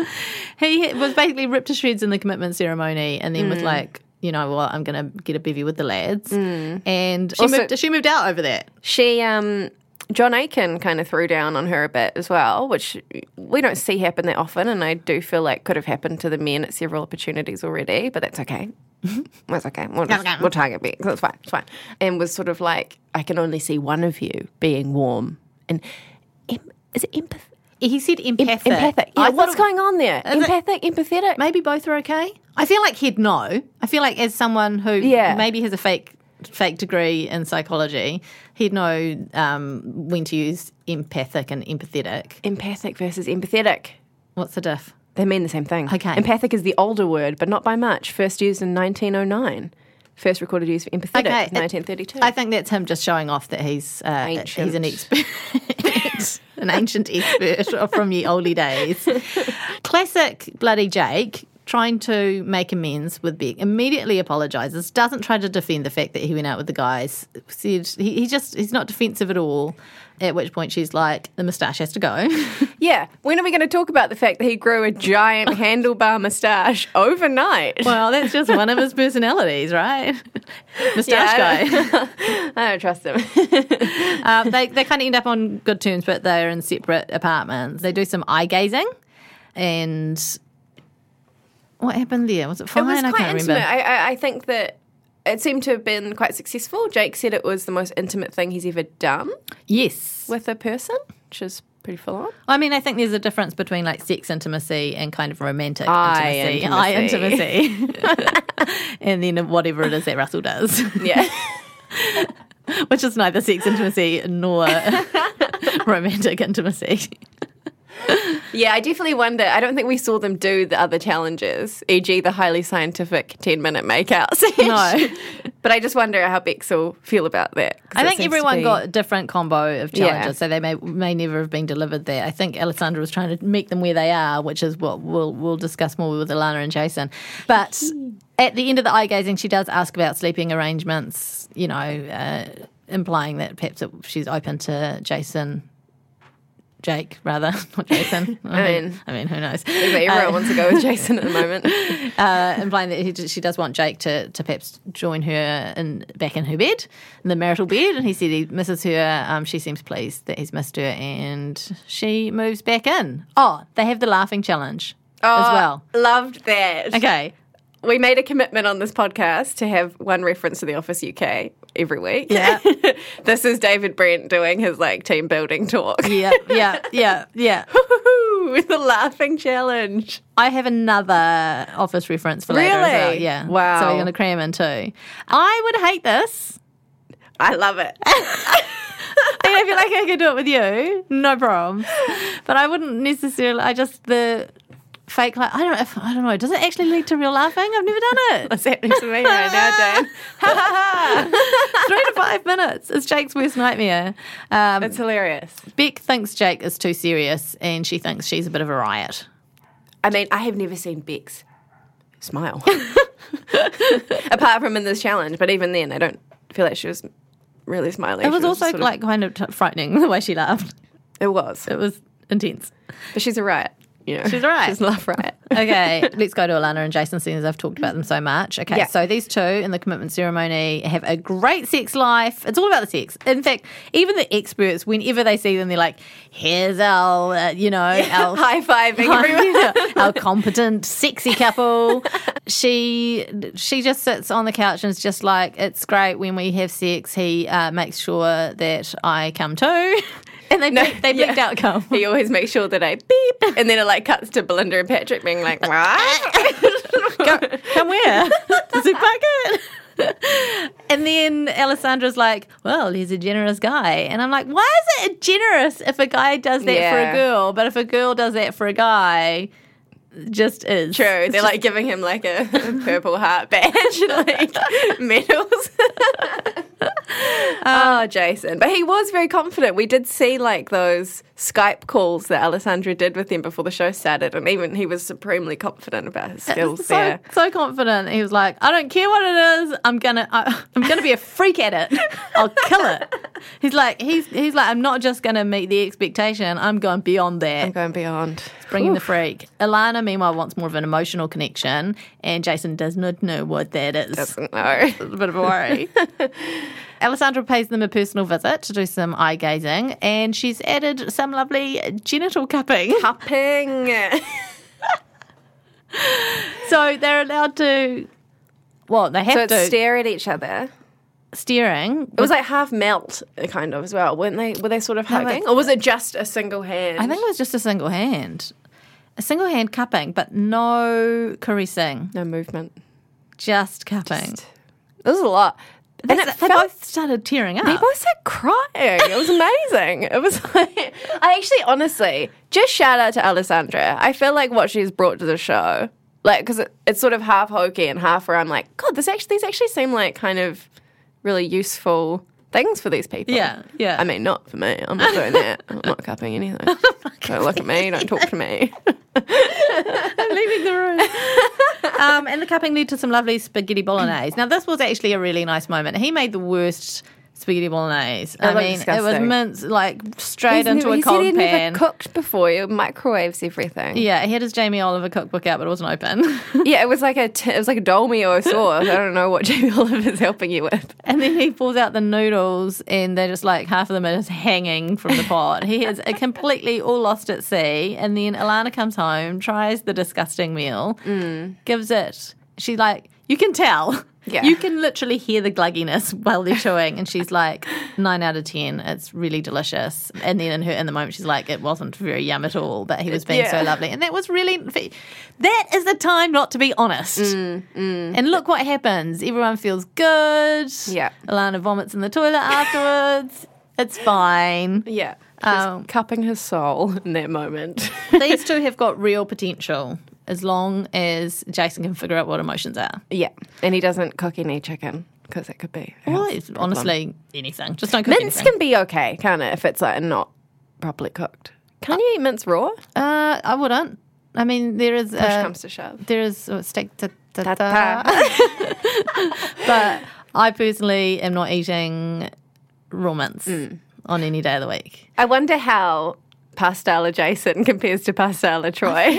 Speaker 3: he was basically ripped to shreds in the commitment ceremony and then was
Speaker 2: Mm.
Speaker 3: like you know what I'm gonna get a bevy with the lads and she,
Speaker 2: Mm. Also-
Speaker 3: moved, she moved out over that
Speaker 2: she um John Aiken kind of threw down on her a bit as well, which we don't see happen that often, and I do feel like could have happened to the men at several opportunities already, but that's okay. That's okay. We'll, just,
Speaker 3: Mm-hmm. Okay.
Speaker 2: we'll target me. That's fine. It's fine. And was sort of like, I can only see one of you being warm. And em- is it empath-
Speaker 3: he said empathic
Speaker 2: empathic?
Speaker 3: I
Speaker 2: Yeah,
Speaker 3: thought
Speaker 2: what's
Speaker 3: it-
Speaker 2: going on there?
Speaker 3: Is it-
Speaker 2: Empathic, empathetic.
Speaker 3: maybe both are okay I feel like he'd know I feel like as someone who
Speaker 2: Yeah.
Speaker 3: maybe has a fake fake degree in psychology, he'd know um, when to use empathic and empathetic.
Speaker 2: Empathic versus empathetic.
Speaker 3: What's the diff?
Speaker 2: They mean the same thing.
Speaker 3: Okay.
Speaker 2: Empathic is the older word, but not by much. First used in 1909. First recorded use for empathetic
Speaker 3: Okay,
Speaker 2: is 1932.
Speaker 3: I think that's him just showing off that he's uh, he's an
Speaker 2: Ancient.
Speaker 3: expert, an ancient expert from ye olde days. Classic bloody Jake trying to make amends with Beck immediately apologizes, doesn't try to defend the fact that he went out with the guys. Said he, he just he's not defensive at all. At which point she's like, the moustache has to go.
Speaker 2: yeah. When are we going to talk about the fact that he grew a giant handlebar moustache overnight?
Speaker 3: well, that's just one of his personalities, right? Moustache
Speaker 2: Yeah, I
Speaker 3: guy.
Speaker 2: I don't trust him.
Speaker 3: Um, they they kind of end up on good terms, but they're in separate apartments. They do some eye gazing, and what happened there? Was it fine?
Speaker 2: It was
Speaker 3: I
Speaker 2: quite
Speaker 3: can't
Speaker 2: intimate.
Speaker 3: remember.
Speaker 2: I, I, I think that it seemed to have been quite successful. Jake said it was the most intimate thing he's ever done
Speaker 3: Yes,
Speaker 2: with a person, which is pretty full on.
Speaker 3: I mean I think there's a difference between like sex intimacy and kind of romantic
Speaker 2: Eye
Speaker 3: intimacy,
Speaker 2: intimacy.
Speaker 3: eye intimacy, and then whatever it is that Russell does,
Speaker 2: Yeah.
Speaker 3: which is neither sex intimacy nor romantic intimacy.
Speaker 2: yeah, I definitely wonder. I don't think we saw them do the other challenges, e.g., the highly scientific 10 minute makeout session.
Speaker 3: No.
Speaker 2: but I just wonder how Bex will feel about that. 'cause
Speaker 3: I
Speaker 2: it
Speaker 3: think
Speaker 2: seems to
Speaker 3: everyone
Speaker 2: be-
Speaker 3: got a different combo of challenges,
Speaker 2: Yeah.
Speaker 3: so they may may never have been delivered there. I think Alessandra was trying to meet them where they are, which is what we'll we'll discuss more with Alana and Jason. But at the end of the eye gazing, she does ask about sleeping arrangements. You know, uh, implying that perhaps it, she's open to Jason. Jake, rather, not Jason. I, mean,
Speaker 2: mean-
Speaker 3: I mean, who knows?
Speaker 2: But everyone
Speaker 3: Uh,
Speaker 2: wants to go with Jason at the moment.
Speaker 3: uh, implying that he, she does want Jake to, to perhaps join her in, back in her bed, in the marital bed. And he said he misses her. Um, she seems pleased that he's missed her, and she moves back in. Oh, they have the laughing challenge
Speaker 2: Oh.
Speaker 3: as well.
Speaker 2: Loved that.
Speaker 3: Okay.
Speaker 2: we made a commitment on this podcast to have one reference to The Office UK every week.
Speaker 3: Yeah.
Speaker 2: this is David Brent doing his like team building talk.
Speaker 3: Yeah, yeah, yeah, yeah.
Speaker 2: Woohoo! the laughing challenge.
Speaker 3: I have another office reference for later as well.
Speaker 2: Really?
Speaker 3: Yeah.
Speaker 2: Wow.
Speaker 3: So we're going to cram in too. I would hate this.
Speaker 2: I love it.
Speaker 3: I feel like I could do it with you, no problem. But I wouldn't necessarily. I just the fake like I don't know. If, I don't know. Does it actually lead to real laughing? I've never done it.
Speaker 2: It's happening to me right now, Jane.
Speaker 3: Three to five minutes is Jake's worst nightmare. Um,
Speaker 2: It's hilarious.
Speaker 3: Beck thinks Jake is too serious, and she thinks she's a bit of a riot.
Speaker 2: I mean, I have never seen Bex smile. Apart from in this challenge, but even then, I don't feel like she was really smiling.
Speaker 3: It was
Speaker 2: She
Speaker 3: also
Speaker 2: sort of-
Speaker 3: like kind of t- frightening the way she laughed.
Speaker 2: it was.
Speaker 3: It was intense.
Speaker 2: But she's a riot. You know.
Speaker 3: She's a riot.
Speaker 2: She's a love riot.
Speaker 3: okay, let's go to Alana and Jason, seeing as I've talked about them so much. Okay,
Speaker 2: Yeah.
Speaker 3: so these two in the commitment ceremony have a great sex life. It's all about the sex. In fact, even the experts, whenever they see them, they're like, here's our, uh, you know, our
Speaker 2: High fiving everyone.
Speaker 3: our competent, sexy couple. she she just sits on the couch and is just like, it's great when we have sex. He uh, makes sure that I come too, and they pick- they picked
Speaker 2: yeah.
Speaker 3: out come.
Speaker 2: He always makes sure that I beep, and then it like cuts to Belinda and Patrick being like, "What?"
Speaker 3: Come where? Zip bucket. and then Alessandra's like, well, he's a generous guy. And I'm like, why is it generous if a guy does that for a
Speaker 2: Yeah.
Speaker 3: girl, but if a girl does that for a guy, just is.
Speaker 2: True. They're like giving him like a purple heart badge, like medals. oh, Jason! But he was very confident. We did see like those Skype calls that Alessandra did with him before the show started, and even he was supremely confident about his skills
Speaker 3: So,
Speaker 2: there.
Speaker 3: so confident. He was like, I don't care what it is. I'm gonna, I, I'm gonna be a freak at it. I'll kill it. He's like, he's, he's like, I'm not just gonna meet the expectation. I'm going beyond that.
Speaker 2: I'm going beyond.
Speaker 3: bringing the freak. Alana, meanwhile, wants more of an emotional connection, and Jason does not know what that is.
Speaker 2: No.
Speaker 3: a bit of a worry. Alessandra pays them a personal visit to do some eye gazing, and she's added some lovely genital cupping.
Speaker 2: Cupping.
Speaker 3: so they're allowed to, well, they
Speaker 2: So
Speaker 3: have
Speaker 2: it's
Speaker 3: to
Speaker 2: stare at each other.
Speaker 3: steering.
Speaker 2: It was like half melt, uh, kind of as well, weren't they? Were they sort of
Speaker 3: but-
Speaker 2: hugging, or was it just a single hand?
Speaker 3: I think it was just a single hand, a single hand cupping, but no caressing,
Speaker 2: no movement.
Speaker 3: just cupping.
Speaker 2: This is a lot.
Speaker 3: They,
Speaker 2: And it
Speaker 3: they
Speaker 2: felt-
Speaker 3: both started tearing up.
Speaker 2: They both started crying. It was amazing. It was like, I actually, honestly, just shout out to Alessandra. I feel like what she's brought to the show, like, because it, it's sort of half hokey and half where I'm like, God, this actually, these actually seem like kind of really useful things for these people.
Speaker 3: Yeah, yeah.
Speaker 2: I mean, not for me. I'm not doing that. I'm not cupping anything. don't look at me. Don't talk to me.
Speaker 3: leaving the room. um, and the cupping led to some lovely spaghetti bolognese. Now, this was actually a really nice moment. He made the worst spaghetti bolognese. I
Speaker 2: looked
Speaker 3: mean, it was
Speaker 2: disgusting.
Speaker 3: minced like straight
Speaker 2: He's
Speaker 3: into
Speaker 2: never-
Speaker 3: a
Speaker 2: he
Speaker 3: cold
Speaker 2: said he'd
Speaker 3: pan.
Speaker 2: never cooked before. He microwaves everything.
Speaker 3: yeah, he had his Jamie Oliver cookbook out, but it wasn't open.
Speaker 2: Yeah, it was like a t- it was like a dolmio sauce. I don't know what Jamie Oliver's helping you with.
Speaker 3: and then he pulls out the noodles, and they're just like half of them are just hanging from the pot. He is uh, completely all lost at sea. And then Alana comes home, tries the disgusting meal, gives it. She like you can tell.
Speaker 2: Mm. Yeah.
Speaker 3: You can literally hear the glugginess while they're chewing, and she's like, nine out of ten. It's really delicious. And then in her in the moment, she's like, it wasn't very yum at all, but he was being so
Speaker 2: Yeah.
Speaker 3: lovely, and that was really. That is the time not to be honest. And look what happens. Everyone feels good.
Speaker 2: Yeah.
Speaker 3: Alana vomits in the toilet afterwards. it's fine.
Speaker 2: Yeah.
Speaker 3: Um,
Speaker 2: cupping his soul in that moment.
Speaker 3: These two have got real potential as long as Jason can figure out what emotions are.
Speaker 2: yeah. And he doesn't cook any chicken because it could be. a
Speaker 3: Well,
Speaker 2: health
Speaker 3: it's
Speaker 2: problem.
Speaker 3: honestly anything. Just don't cook
Speaker 2: mince
Speaker 3: anything.
Speaker 2: can be okay, can't it? If it's like not properly cooked. Can you eat mince raw?
Speaker 3: Uh, I wouldn't. I mean, there is.
Speaker 2: Push
Speaker 3: uh,
Speaker 2: comes to shove. Uh,
Speaker 3: there is oh, steak. Da, da, da.
Speaker 2: Ta-ta.
Speaker 3: But I personally am not eating raw mince
Speaker 2: Mm.
Speaker 3: on any day of the week.
Speaker 2: I wonder how pastella Jason compares to pastella Troy.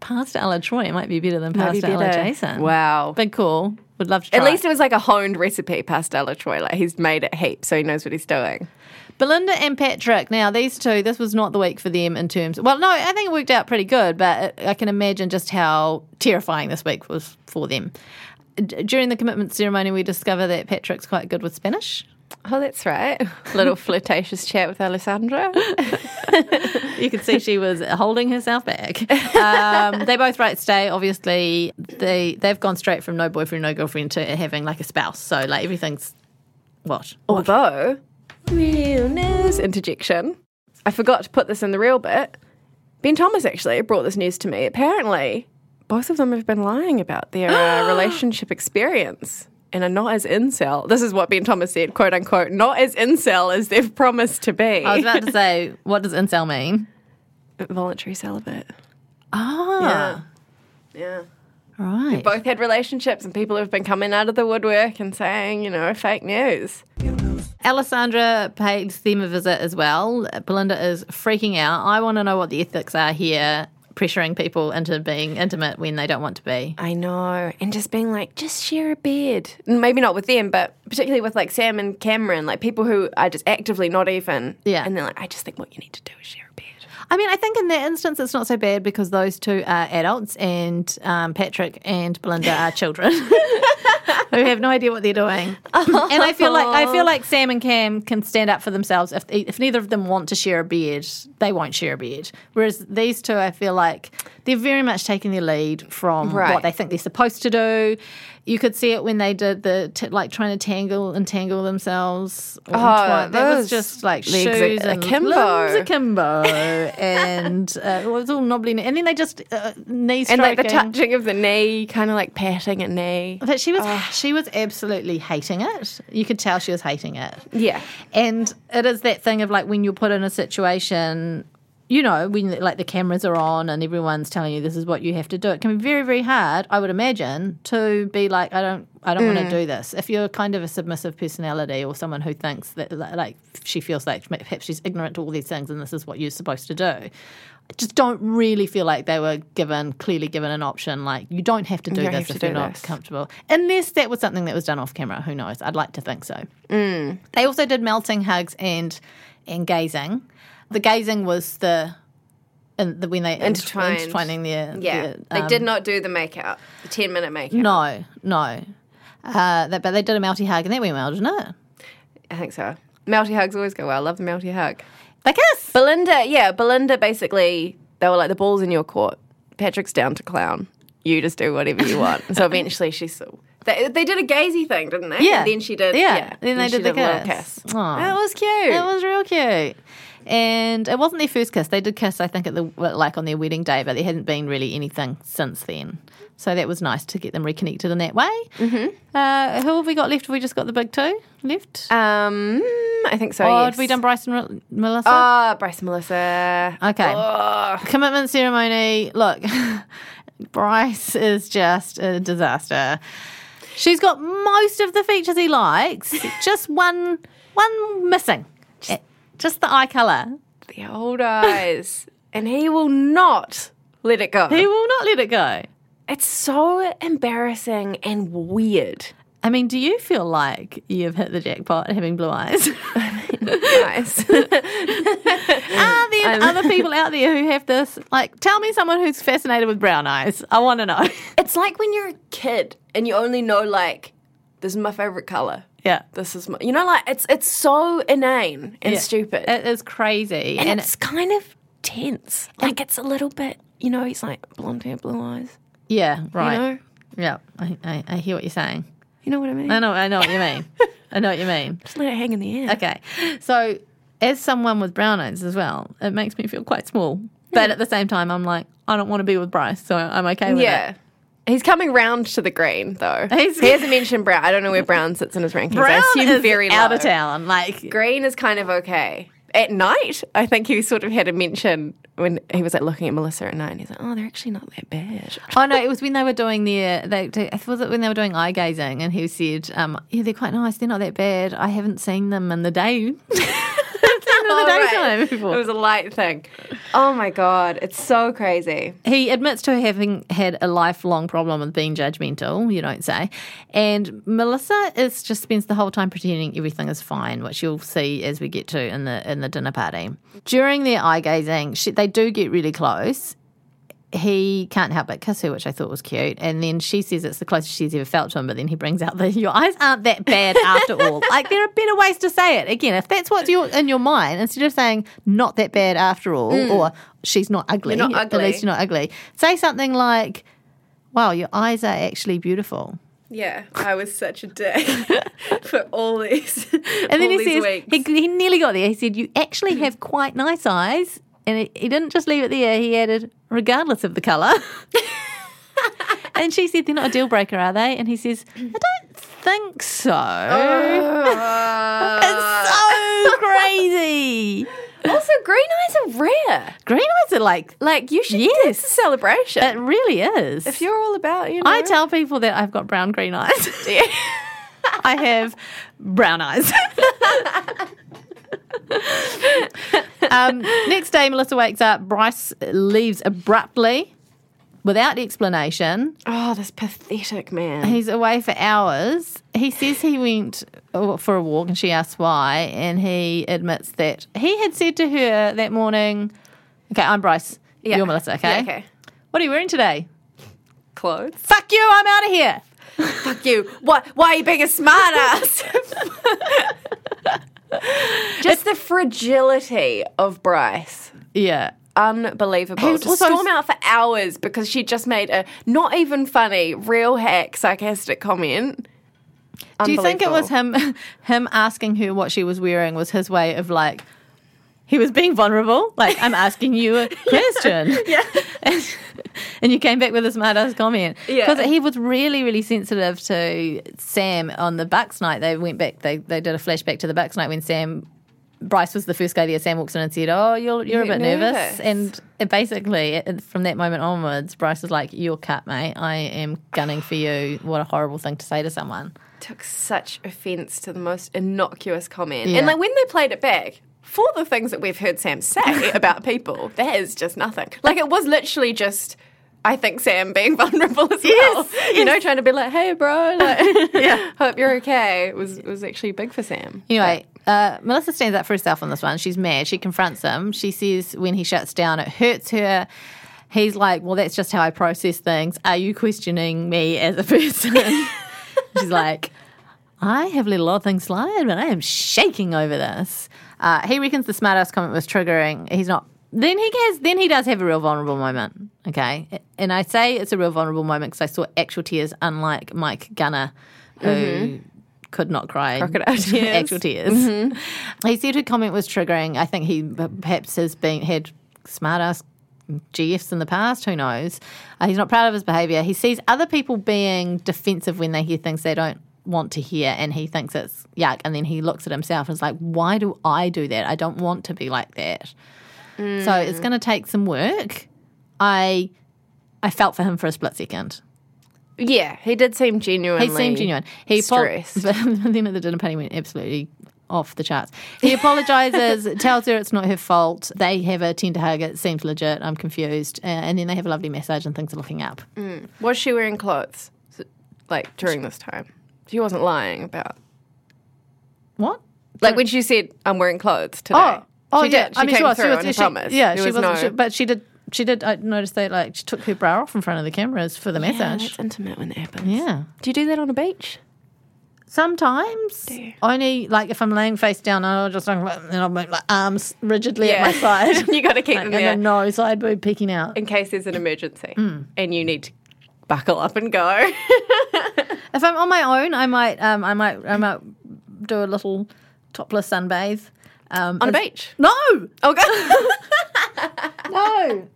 Speaker 3: Pasta a la Troy might be better than
Speaker 2: Might be
Speaker 3: pasta a la
Speaker 2: better.
Speaker 3: Jason.
Speaker 2: Wow.
Speaker 3: Big call. Would love to try.
Speaker 2: At least it was like a honed recipe, pastella Troy. Like he's made it heaps, so he knows what he's doing.
Speaker 3: Belinda and Patrick. Now, these two, this was not the week for them in terms. Well, no, I think it worked out pretty good, but I can imagine just how terrifying this week was for them. D- during the commitment ceremony, we discover that Patrick's quite good with Spanish.
Speaker 2: Oh, that's right. Little flirtatious chat with Alessandra.
Speaker 3: You could see she was holding herself back. Um, they both write stay. Obviously, they they've gone straight from no boyfriend, no girlfriend to having like a spouse. So like everything's what
Speaker 2: Although, real news interjection. I forgot to put this in the real bit. Ben Thomas actually brought this news to me. Apparently, both of them have been lying about their uh, relationship experience and are not as incel. This is what Ben Thomas said, quote unquote, not as incel as they've promised to be.
Speaker 3: I was about to say, what does incel mean?
Speaker 2: Voluntary celibate.
Speaker 3: Ah,
Speaker 2: Yeah.
Speaker 3: right.
Speaker 2: Both had relationships, and people have been coming out of the woodwork and saying, you know, fake news.
Speaker 3: Alessandra paid them a visit as well. Belinda is freaking out. I want to know what the ethics are here, pressuring people into being intimate when they don't want to be.
Speaker 2: I know. And just being like, just share a bed. And Maybe not with them, but particularly with like Sam and Cameron, like people who are just actively not even.
Speaker 3: Yeah.
Speaker 2: And they're like, I just think what you need to do is share a bed.
Speaker 3: I mean, I think in that instance, it's not so bad because those two are adults and um, Patrick and Belinda are children who have no idea what they're doing. and I feel like I feel like Sam and Cam can stand up for themselves. If if neither of them want to share a bed, they won't share a bed. Whereas these two, I feel like they're very much taking their lead from what
Speaker 2: Right.
Speaker 3: they think they're supposed to do. You could see it when they did the t- like trying to tangle and tangle themselves. or entwine. that was
Speaker 2: Oh, those
Speaker 3: just like
Speaker 2: legs are
Speaker 3: shoes and
Speaker 2: akimbo.
Speaker 3: limbs akimbo, and uh, it was all knobbly. And then they just uh, knee
Speaker 2: And
Speaker 3: striking.
Speaker 2: like the touching of the knee, kind of like patting a knee.
Speaker 3: But she was
Speaker 2: Ah.
Speaker 3: she was absolutely hating it. You could tell she was hating it.
Speaker 2: Yeah.
Speaker 3: And it is that thing of like when you're put in a situation, you know, when like the cameras are on and everyone's telling you this is what you have to do. It can be very very hard, I would imagine, to be like I don't I don't
Speaker 2: Mm.
Speaker 3: want to do this. If you're kind of a submissive personality or someone who thinks that li- like she feels like perhaps she's ignorant to all these things and this is what you're supposed to do. I just don't really feel like they were given clearly given an option. Like you don't have to do
Speaker 2: You don't
Speaker 3: this
Speaker 2: have
Speaker 3: if
Speaker 2: to
Speaker 3: you're
Speaker 2: do
Speaker 3: not
Speaker 2: this.
Speaker 3: comfortable. Unless that was something that was done off camera. Who knows? I'd like to think so. They also did melting hugs and and gazing. The gazing was the and the, when they int-
Speaker 2: Intertwined.
Speaker 3: intertwining their their, um,
Speaker 2: not do the makeout, the 10 minute makeout.
Speaker 3: no no. Uh, that, but they did a melty hug and that went well, didn't it?
Speaker 2: I think so. Melty hugs always go well. I love the melty hug.
Speaker 3: They kiss.
Speaker 2: Belinda, yeah, Belinda basically, they were like, the ball's in your court. Patrick's down to clown. You just do whatever you want. so eventually she's, They, they did a gazy thing, didn't they?
Speaker 3: Yeah.
Speaker 2: And then she did.
Speaker 3: Yeah.
Speaker 2: Yeah.
Speaker 3: Then they
Speaker 2: she
Speaker 3: did the
Speaker 2: a little
Speaker 3: kiss.
Speaker 2: kiss.
Speaker 3: Aw.
Speaker 2: That was cute.
Speaker 3: It was real cute. And it wasn't their first kiss. They did kiss, I think, at the like on their wedding day, but there hadn't been really anything since then. So that was nice to get them reconnected in that way. Mm-hmm. Uh, who have we got left? Have we just got the big two left?
Speaker 2: um, I think so.
Speaker 3: or
Speaker 2: oh, yes.
Speaker 3: have we done Bryce and Re- Melissa?
Speaker 2: Ah, Bryce and Melissa.
Speaker 3: Okay. Commitment ceremony. Look, Bryce is just a disaster. She's got most of the features he likes, just one one missing. Just, just the eye colour.
Speaker 2: The old eyes. and he will not let it go.
Speaker 3: He will not let it go.
Speaker 2: It's so embarrassing and weird.
Speaker 3: I mean, do you feel like you've hit the jackpot having blue eyes?
Speaker 2: Guys.
Speaker 3: Are there other people out there who have this? Like, tell me someone who's fascinated with brown eyes. I want to know.
Speaker 2: it's like when you're a kid and you only know like this is my favorite color.
Speaker 3: yeah.
Speaker 2: This is my you know like it's it's so inane and
Speaker 3: Yeah. Uh,
Speaker 2: stupid.
Speaker 3: It is crazy.
Speaker 2: and, it's kind of tense. Like it's a little bit, you know, he's like blonde hair, blue eyes.
Speaker 3: yeah,
Speaker 2: You
Speaker 3: right.
Speaker 2: know?
Speaker 3: Yeah, I, I, I hear what you're saying.
Speaker 2: You know what I mean?
Speaker 3: I know, I know what you mean. I know what you mean.
Speaker 2: Just let it hang in the air.
Speaker 3: Um, Okay, so as someone with brown eyes as well, it makes me feel quite small. But at the same time, I'm like, I don't want to be with Bryce, so I'm okay with it.
Speaker 2: Yeah. He's coming round to the green though.
Speaker 3: He's-
Speaker 2: he hasn't mentioned brown. I don't know where brown sits in his rankings.
Speaker 3: Brown
Speaker 2: I assume
Speaker 3: is
Speaker 2: very
Speaker 3: out
Speaker 2: low.
Speaker 3: of town. Like,
Speaker 2: Green is kind of okay. At night, I think he sort of had a mention when he was like looking at Melissa at night, and he's like, "Oh, they're actually not that bad."
Speaker 3: Oh no, it was when they were doing their. They, they, was it when they were doing eye gazing? And he said, um, "Yeah, they're quite nice. They're not that bad. I haven't seen them in the day, in the
Speaker 2: Oh, right.
Speaker 3: daytime
Speaker 2: It
Speaker 3: before."
Speaker 2: was a light thing. Oh my god, it's so crazy.
Speaker 3: he admits to having had a lifelong problem with being judgmental. You don't say. And Melissa is just spends the whole time pretending everything is fine, which you'll see as we get to in the in the dinner party. During their eye gazing, she, they do get really close, he can't help but kiss her, which I thought was cute. And then she says it's the closest she's ever felt to him, but then he brings out the your eyes aren't that bad after all. Like there are better ways to say it. Again, if that's what's your, in your mind, instead of saying not that bad after all, or she's not ugly,
Speaker 2: Mm. You're not
Speaker 3: at
Speaker 2: ugly.
Speaker 3: least you're not ugly. Say something like, "Wow, your eyes are actually beautiful."
Speaker 2: Yeah, I was such a dick for all these.
Speaker 3: And then he says, he, he nearly got there. He said, "You actually have quite nice eyes," and he, he didn't just leave it there. He added, "Regardless of the color." and she said, "They're not a deal breaker, are they?" And he says, "I don't think so."
Speaker 2: Oh.
Speaker 3: it's so crazy.
Speaker 2: also, green eyes are rare.
Speaker 3: Green eyes are like
Speaker 2: Like you should.
Speaker 3: Yes.
Speaker 2: It's a celebration.
Speaker 3: it really is.
Speaker 2: if you're all about, you know.
Speaker 3: I tell people that I've got brown green eyes. I have brown eyes. um, next day, Melissa wakes up. Bryce leaves abruptly without explanation.
Speaker 2: Oh, this pathetic man.
Speaker 3: He's away for hours. He says he went uh, for a walk and she asks why. And he admits that he had said to her that morning, Okay, I'm Bryce.
Speaker 2: Yeah.
Speaker 3: You're Melissa, okay?
Speaker 2: Yeah, okay.
Speaker 3: What are you wearing today?
Speaker 2: Clothes.
Speaker 3: Fuck you, I'm out of here.
Speaker 2: Fuck you. Why, why are you being a smartass? Just the fragility of Bryce.
Speaker 3: Yeah.
Speaker 2: Unbelievable.
Speaker 3: Who's
Speaker 2: to
Speaker 3: also-
Speaker 2: storm out for hours because she just made a not even funny, real hack, sarcastic comment.
Speaker 3: Do you think it was
Speaker 2: Unbelievable.
Speaker 3: him him asking her what she was wearing was his way of like he was being vulnerable, like I'm asking you a question. yeah. And, and you came back with a smart ass comment.
Speaker 2: Yeah.
Speaker 3: Because he was really, really sensitive to Sam on the Bucks night. They went back, they, they did a flashback to the Bucks night when Sam, Bryce was the first guy there. Sam walks in and said, Oh, you're, you're a
Speaker 2: You're
Speaker 3: bit nervous.
Speaker 2: nervous.
Speaker 3: And it basically, it- from that moment onwards, Bryce was like, You're cut, mate. I am gunning for you. What a horrible thing to say to someone.
Speaker 2: Took such offense to the most innocuous comment.
Speaker 3: Yeah.
Speaker 2: And like when they played it back, for the things that we've heard Sam say about people, that is just nothing. Like it was literally just, I think Sam being vulnerable as well. You know, trying to be like, hey, bro, like, hope you're okay. It was, it was actually big for Sam.
Speaker 3: Anyway, uh, Melissa stands up for herself on this one. She's mad. She confronts him. She says when he shuts down, it hurts her. He's like, Well, that's just how I process things. Are you questioning me as a person? She's like, I have let a lot of things slide, but I am shaking over this. Uh, he reckons the smartass comment was triggering. He's not Then he has. Then he does have a real vulnerable moment. Okay, and I say it's a real vulnerable moment because I saw actual tears, unlike Mike Gunner, who could not cry.
Speaker 2: Crocodile tears.
Speaker 3: actual tears. Mm-hmm. He said her comment was triggering. I think he perhaps has been had smart ass GFs in the past. Who knows? Uh, he's not proud of his behaviour. He sees other people being defensive when they hear things they don't want to hear, and he thinks it's yuck. And then he looks at himself and is like, "Why do I do that? I don't want to be like that." So it's going to take some work. I I felt for him for a split second.
Speaker 2: Yeah, he did seem genuine.
Speaker 3: He seemed genuine. He apo-
Speaker 2: stressed.
Speaker 3: then at the dinner party went absolutely off the charts. He apologizes, tells her it's not her fault. They have a tender hug. It seems legit. I'm confused, uh, and then they have a lovely message and things are looking up.
Speaker 2: Was she wearing clothes like during this time? She wasn't lying about
Speaker 3: What?
Speaker 2: like when she said, "I'm wearing clothes today." she
Speaker 3: yeah.
Speaker 2: did. Oh. She came
Speaker 3: was-
Speaker 2: through on
Speaker 3: was-
Speaker 2: a promise.
Speaker 3: yeah,
Speaker 2: There
Speaker 3: she
Speaker 2: was
Speaker 3: wasn't,
Speaker 2: no-
Speaker 3: she- but she did. She did. I noticed that like she took her bra off in front of the cameras for the
Speaker 2: Yeah,
Speaker 3: message.
Speaker 2: that's intimate when that happens.
Speaker 3: Yeah.
Speaker 2: Do you do that on a beach?
Speaker 3: Sometimes
Speaker 2: Oh,
Speaker 3: only like if I'm laying face down, I'll just like, and I'll make my arms rigidly at my side,
Speaker 2: you got to keep them
Speaker 3: and
Speaker 2: there
Speaker 3: then no side boob peeking out.
Speaker 2: in case there's an emergency and you need to buckle up and go.
Speaker 3: If I'm on my own, I might, um, I might, I might do a little topless sunbathe um,
Speaker 2: on a
Speaker 3: as-
Speaker 2: beach.
Speaker 3: No,
Speaker 2: Okay.
Speaker 3: no,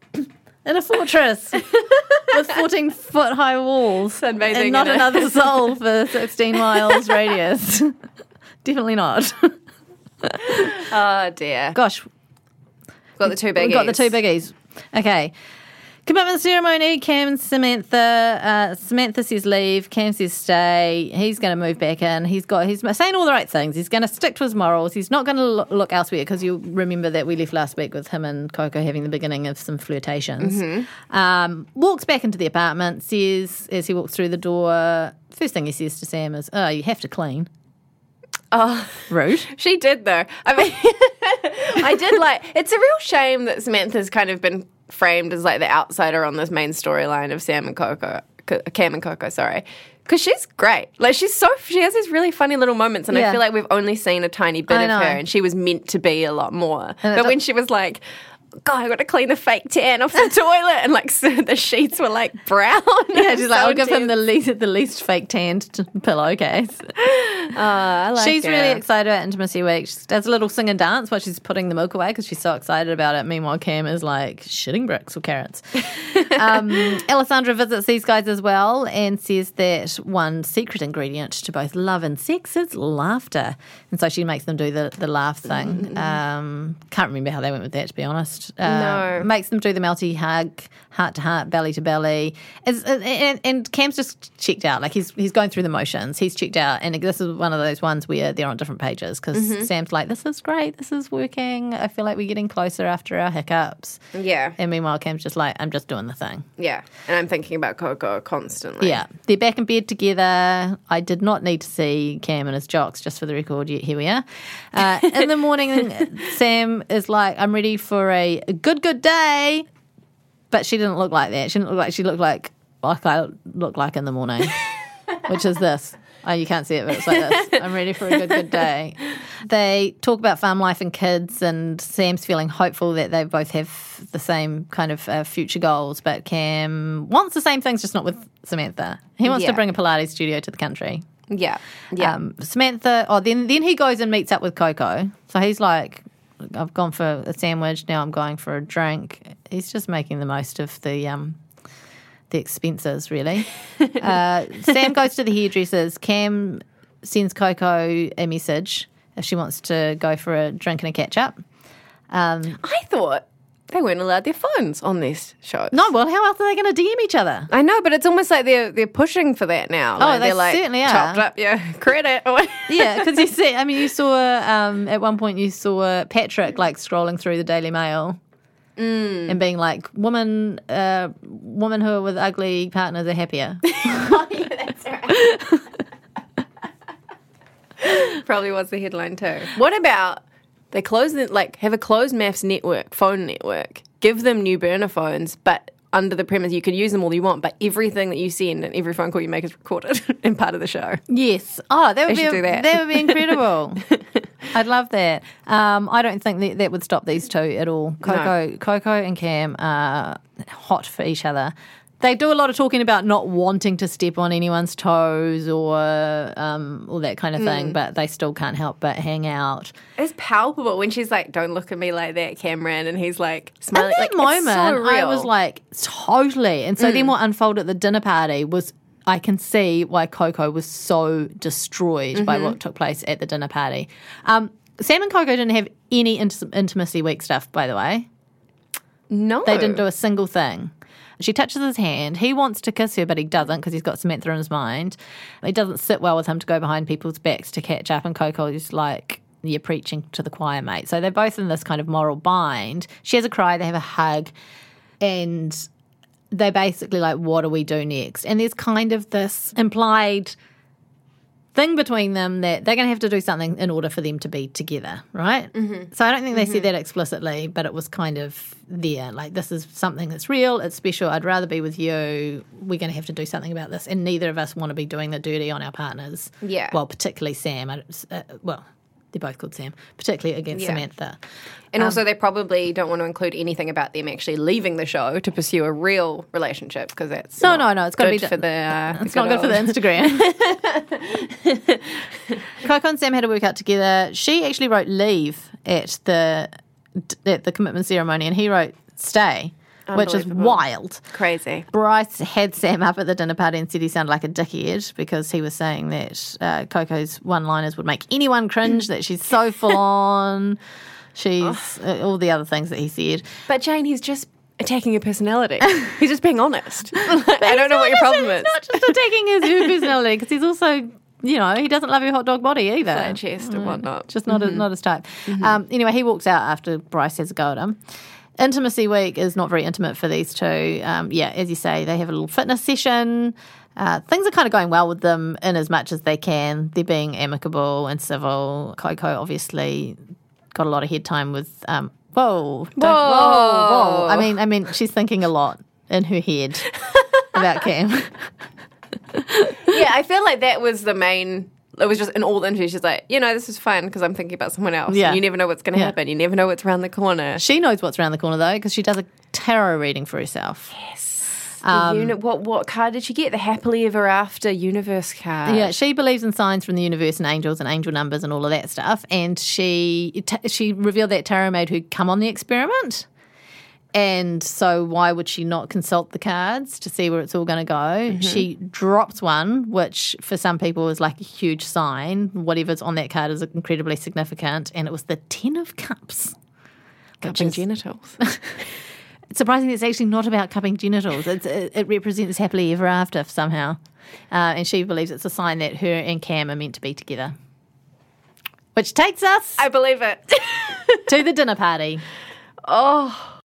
Speaker 3: in a fortress with 14 foot high walls,
Speaker 2: Sunbathing
Speaker 3: and not
Speaker 2: in a-
Speaker 3: another soul for 16 miles radius. Definitely not.
Speaker 2: oh dear.
Speaker 3: Gosh,
Speaker 2: Got the two biggies.
Speaker 3: We've got the two biggies. Okay. Commitment ceremony. Cam and Samantha. Uh, Samantha says leave. Cam says stay. He's going to move back in. He's got. He's saying all the right things. He's going to stick to his morals. He's not going to look, look elsewhere because you remember that we left last week with him and Coco having the beginning of some flirtations. Um, walks back into the apartment. Says as he walks through the door, first thing he says to Sam is, "Oh, you have to clean." Oh, rude.
Speaker 2: She did though. I mean, I did like. It's a real shame that Samantha's kind of been framed as like the outsider on this main storyline of Sam and Coco, C- Cam and Coco. Sorry, because she's great. Like she's so she has these really funny little moments, and
Speaker 3: Yeah.
Speaker 2: I feel like we've only seen a tiny bit
Speaker 3: I
Speaker 2: of
Speaker 3: know.
Speaker 2: her, and she was meant to be a lot more.
Speaker 3: it
Speaker 2: but when
Speaker 3: does-
Speaker 2: she was like. God, I got to clean the fake tan off the toilet, and like so the sheets were like brown.
Speaker 3: Yeah, she's like,
Speaker 2: So
Speaker 3: I'll give him
Speaker 2: intense.
Speaker 3: the least the least fake tanned t- pillowcase. Uh,
Speaker 2: I like
Speaker 3: she's
Speaker 2: her.
Speaker 3: really excited about Intimacy Week. She does a little sing and dance while she's putting the milk away because she's so excited about it. Meanwhile, Cam is like shitting bricks or carrots. um, Alessandra visits these guys as well and says that one secret ingredient to both love and sex is laughter. And so she makes them do the, the laugh thing.
Speaker 2: Mm.
Speaker 3: Um, can't remember how they went with that, to be honest. Uh,
Speaker 2: No.
Speaker 3: Makes them do the melty hug, heart to heart, belly to belly. It's, and, and, and Cam's just checked out. Like he's he's going through the motions. He's checked out. And this is one of those ones where they're on different pages because Sam's like, this is great. This is working. I feel like we're getting closer after our hiccups.
Speaker 2: Yeah,
Speaker 3: And meanwhile, Cam's just like, I'm just doing the thing.
Speaker 2: yeah. And I'm thinking about Coco constantly.
Speaker 3: Yeah, they're back in bed together. I did not need to see Cam and his jocks, just for the record. Yet here we are. Uh, in the morning, Sam is like, "I'm ready for a a good, good day," but she didn't look like that. She didn't look like she looked like like I look like in the morning, which is this. Oh, you can't see it, but it's like this. I'm ready for a good, good day. They talk about farm life and kids, and Sam's feeling hopeful that they both have the same kind of uh, future goals. But Cam wants the same things, just not with Samantha. He wants
Speaker 2: Yeah.
Speaker 3: to bring a Pilates studio to the country.
Speaker 2: yeah, yeah.
Speaker 3: Um, Samantha. Oh, then then he goes and meets up with Coco. So he's like, I've gone for a sandwich. Now I'm going for a drink. He's just making the most of the um, the expenses, really. uh, Sam goes to the hairdressers. Cam sends Coco a message if she wants to go for a drink and a catch up.
Speaker 2: I thought they weren't allowed their phones on this show.
Speaker 3: No, "Oh, well, how else are they going to DM each other?
Speaker 2: I know, but it's almost like they're they're pushing for that now. Oh,
Speaker 3: they
Speaker 2: they're like
Speaker 3: certainly are.
Speaker 2: chopped up your credit. or-
Speaker 3: yeah, because you see, I mean, you saw um, at one point you saw Patrick like scrolling through the Daily Mail and being like, "Woman, uh, women who are with ugly partners are happier."
Speaker 2: Probably was the headline too. What about they close the, like have a closed maths network, phone network, give them new burner phones, but under the premise you could use them all you want, but everything that you send and every phone call you make is recorded and part of the show.
Speaker 3: Yes. Oh, that would
Speaker 2: They
Speaker 3: be
Speaker 2: should do that.
Speaker 3: would be incredible. I'd love that. Um, I don't think that, that would stop these two at all. Coco, Coco and Cam are hot for each other. They do a lot of talking about not wanting to step on anyone's toes or um, all that kind of thing, but they still can't help but hang out.
Speaker 2: It's palpable when she's like, "Don't look at me like that, Cameron," and he's like
Speaker 3: At
Speaker 2: smiling.
Speaker 3: that
Speaker 2: like,
Speaker 3: moment,
Speaker 2: it's so
Speaker 3: I
Speaker 2: real. Mm.
Speaker 3: was like, totally. And so then what unfolded at the dinner party was I can see why Coco was so destroyed
Speaker 2: Mm-hmm.
Speaker 3: by what took place at the dinner party. Um, Sam and Coco didn't have any inti- intimacy week stuff, by the way.
Speaker 2: "No,
Speaker 3: They didn't do a single thing. She touches his hand. He wants to kiss her, but he doesn't because he's got Samantha in his mind. It doesn't sit well with him to go behind people's backs to catch up. And Coco is like, You're preaching to the choir, mate. So they're both in this kind of moral bind. She has a cry, they have a hug, and they're basically like, What do we do next? And there's kind of this implied thing between them that they're going to have to do something in order for them to be together, right? Mm-hmm. So I don't think they said that explicitly, but it was kind of there. Like, this is something that's real, it's special, I'd rather be with you. We're going to have to do something about this. And neither of us want to be doing the dirty on our partners.
Speaker 2: Yeah.
Speaker 3: Well, particularly Sam. I, don't- uh, well, they're both called Sam, particularly against
Speaker 2: Yeah.
Speaker 3: Samantha.
Speaker 2: And also, they probably don't want to include anything about them actually leaving the show to pursue a real relationship because that's
Speaker 3: No,
Speaker 2: not
Speaker 3: no, no, it's gotta
Speaker 2: good
Speaker 3: be
Speaker 2: for the. Uh,
Speaker 3: It's not good for the Instagram. Coco and Sam had to work out together. She actually wrote leave at the at the commitment ceremony, and he wrote stay, which is
Speaker 2: Unbelievable.
Speaker 3: wild.
Speaker 2: crazy.
Speaker 3: Bryce had Sam up at the dinner party and said he sounded like a dickhead because he was saying that uh, Coco's one-liners would make anyone cringe. that she's so full on. She's uh, all the other things that he said.
Speaker 2: But Jane, he's just attacking your personality. he's just being honest. I don't know what your
Speaker 3: Listen,
Speaker 2: problem is.
Speaker 3: It's not just attacking his own personality because he's also, you know, he doesn't love your hot dog body either.
Speaker 2: Flat chest and whatnot.
Speaker 3: Just not a, not his type. Um, anyway, he walks out after Bryce has a go at him. Intimacy week is not very intimate for these two. Um, yeah, as you say, they have a little fitness session. Uh, things are kind of going well with them in as much as they can. They're being amicable and civil. Coco obviously got a lot of head time with. Um, whoa, don't- whoa, whoa! I mean, I mean, she's thinking a lot in her head about Cam.
Speaker 2: yeah, I feel like that was the main. It was just in all the interviews. She's like, you know, this is fun because I'm thinking about someone else.
Speaker 3: Yeah.
Speaker 2: You never know what's going to
Speaker 3: Yeah.
Speaker 2: happen. You never know what's around the corner.
Speaker 3: She knows what's around the corner though, because she does a tarot reading for herself.
Speaker 2: the uni- what what card did she get? The happily ever after universe card.
Speaker 3: Yeah, she believes in signs from the universe and angels and angel numbers and all of that stuff. And she t- she revealed that tarot made her come on the experiment. And so, why would she not consult the cards to see where it's all going to go? She drops one, which for some people is like a huge sign. Whatever's on that card is incredibly significant. And it was the Ten of Cups.
Speaker 2: Cupping genitals.
Speaker 3: surprisingly, it's actually not about cupping genitals. It's, it, it represents happily ever after somehow. Uh, and she believes it's a sign that her and Cam are meant to be together. Which takes us
Speaker 2: I believe it.
Speaker 3: to the dinner party.
Speaker 7: Oh.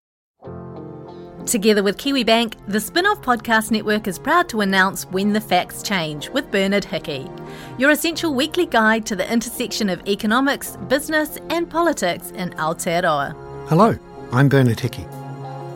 Speaker 7: Together with Kiwi Bank, the Spin Off Podcast Network is proud to announce When the Facts Change with Bernard Hickey, your essential weekly guide to the intersection of economics, business, and politics in Aotearoa.
Speaker 8: Hello, I'm Bernard Hickey.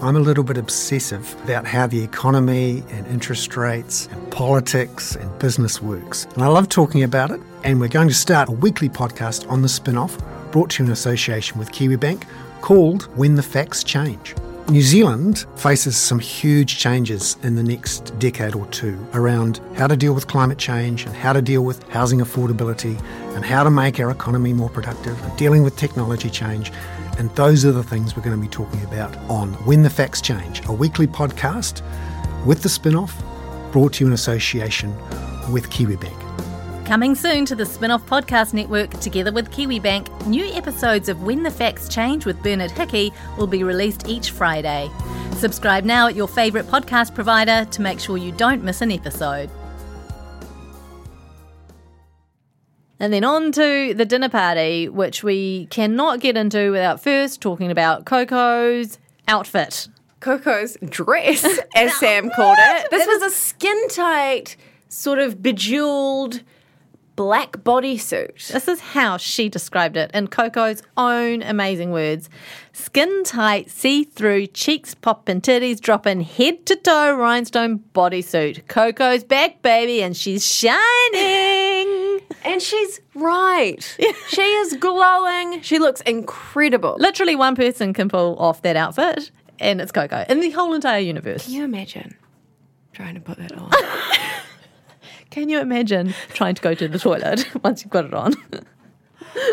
Speaker 8: I'm a little bit obsessive about how the economy and interest rates and politics and business works. And I love talking about it. And we're going to start a weekly podcast on the spin off brought to you in association with KiwiBank called When the Facts Change. New Zealand faces some huge changes in the next decade or two around how to deal with climate change and how to deal with housing affordability and how to make our economy more productive and dealing with technology change. And those are the things we're going to be talking about on When the Facts Change, a weekly podcast with the spin off brought to you in association with KiwiBank.
Speaker 7: Coming soon to the Spin Off Podcast Network together with Kiwi Bank, new episodes of When the Facts Change with Bernard Hickey will be released each Friday. Subscribe now at your favourite podcast provider to make sure you don't miss an episode.
Speaker 3: And then on to the dinner party, which we cannot get into without first talking about Coco's outfit.
Speaker 2: Coco's dress, as Sam called it. This was a skin tight, sort of bejeweled
Speaker 6: black bodysuit.
Speaker 9: This is how she described it in Coco's own amazing words. Skin tight, see through, cheeks popping, titties dropping, head to toe rhinestone bodysuit. Coco's back, baby, and she's shining.
Speaker 2: And she's right. she is glowing. She looks incredible.
Speaker 9: Literally, one person can pull off that outfit, and it's Coco in the whole entire universe.
Speaker 2: Can you imagine trying to put that on?
Speaker 9: Can you imagine trying to go to the toilet once you've got it on?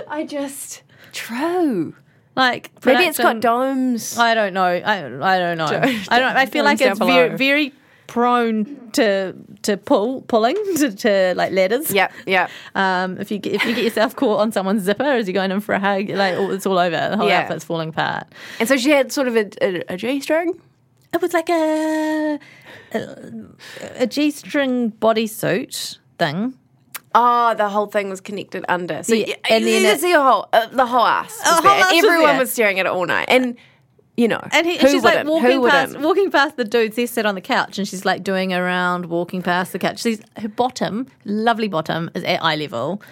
Speaker 2: I just. True.
Speaker 9: like,
Speaker 2: Maybe it's got
Speaker 9: production-
Speaker 2: domes.
Speaker 9: I don't know. I, I don't know. I don't. I feel like
Speaker 2: Domes
Speaker 9: it's
Speaker 2: down
Speaker 9: very
Speaker 2: below.
Speaker 9: very prone to to pull pulling to, to like letters.
Speaker 2: Yep, yep.
Speaker 9: Um. If you get, if you get yourself caught on someone's zipper as you're going in for a hug, like all, it's all over. The whole
Speaker 2: Yeah.
Speaker 9: outfit's falling apart.
Speaker 2: And so she had sort of a, a, a G string.
Speaker 9: It was like a a, a g string bodysuit thing.
Speaker 2: Oh, the whole thing was connected under. So
Speaker 9: Yeah,
Speaker 2: yeah, and
Speaker 9: and then
Speaker 2: you
Speaker 9: it-
Speaker 2: could see the whole uh, the whole ass. Was
Speaker 9: whole
Speaker 2: there.
Speaker 9: ass was
Speaker 2: Everyone
Speaker 9: there.
Speaker 2: was, staring at it all night, and you know,
Speaker 9: And, he,
Speaker 2: who
Speaker 9: and she's like
Speaker 2: wouldn't?
Speaker 9: walking
Speaker 2: who
Speaker 9: past,
Speaker 2: wouldn't?
Speaker 9: walking past the dudes. They're sit on the couch, and she's like doing a round, walking past the couch. She's her bottom, lovely bottom, is at eye level.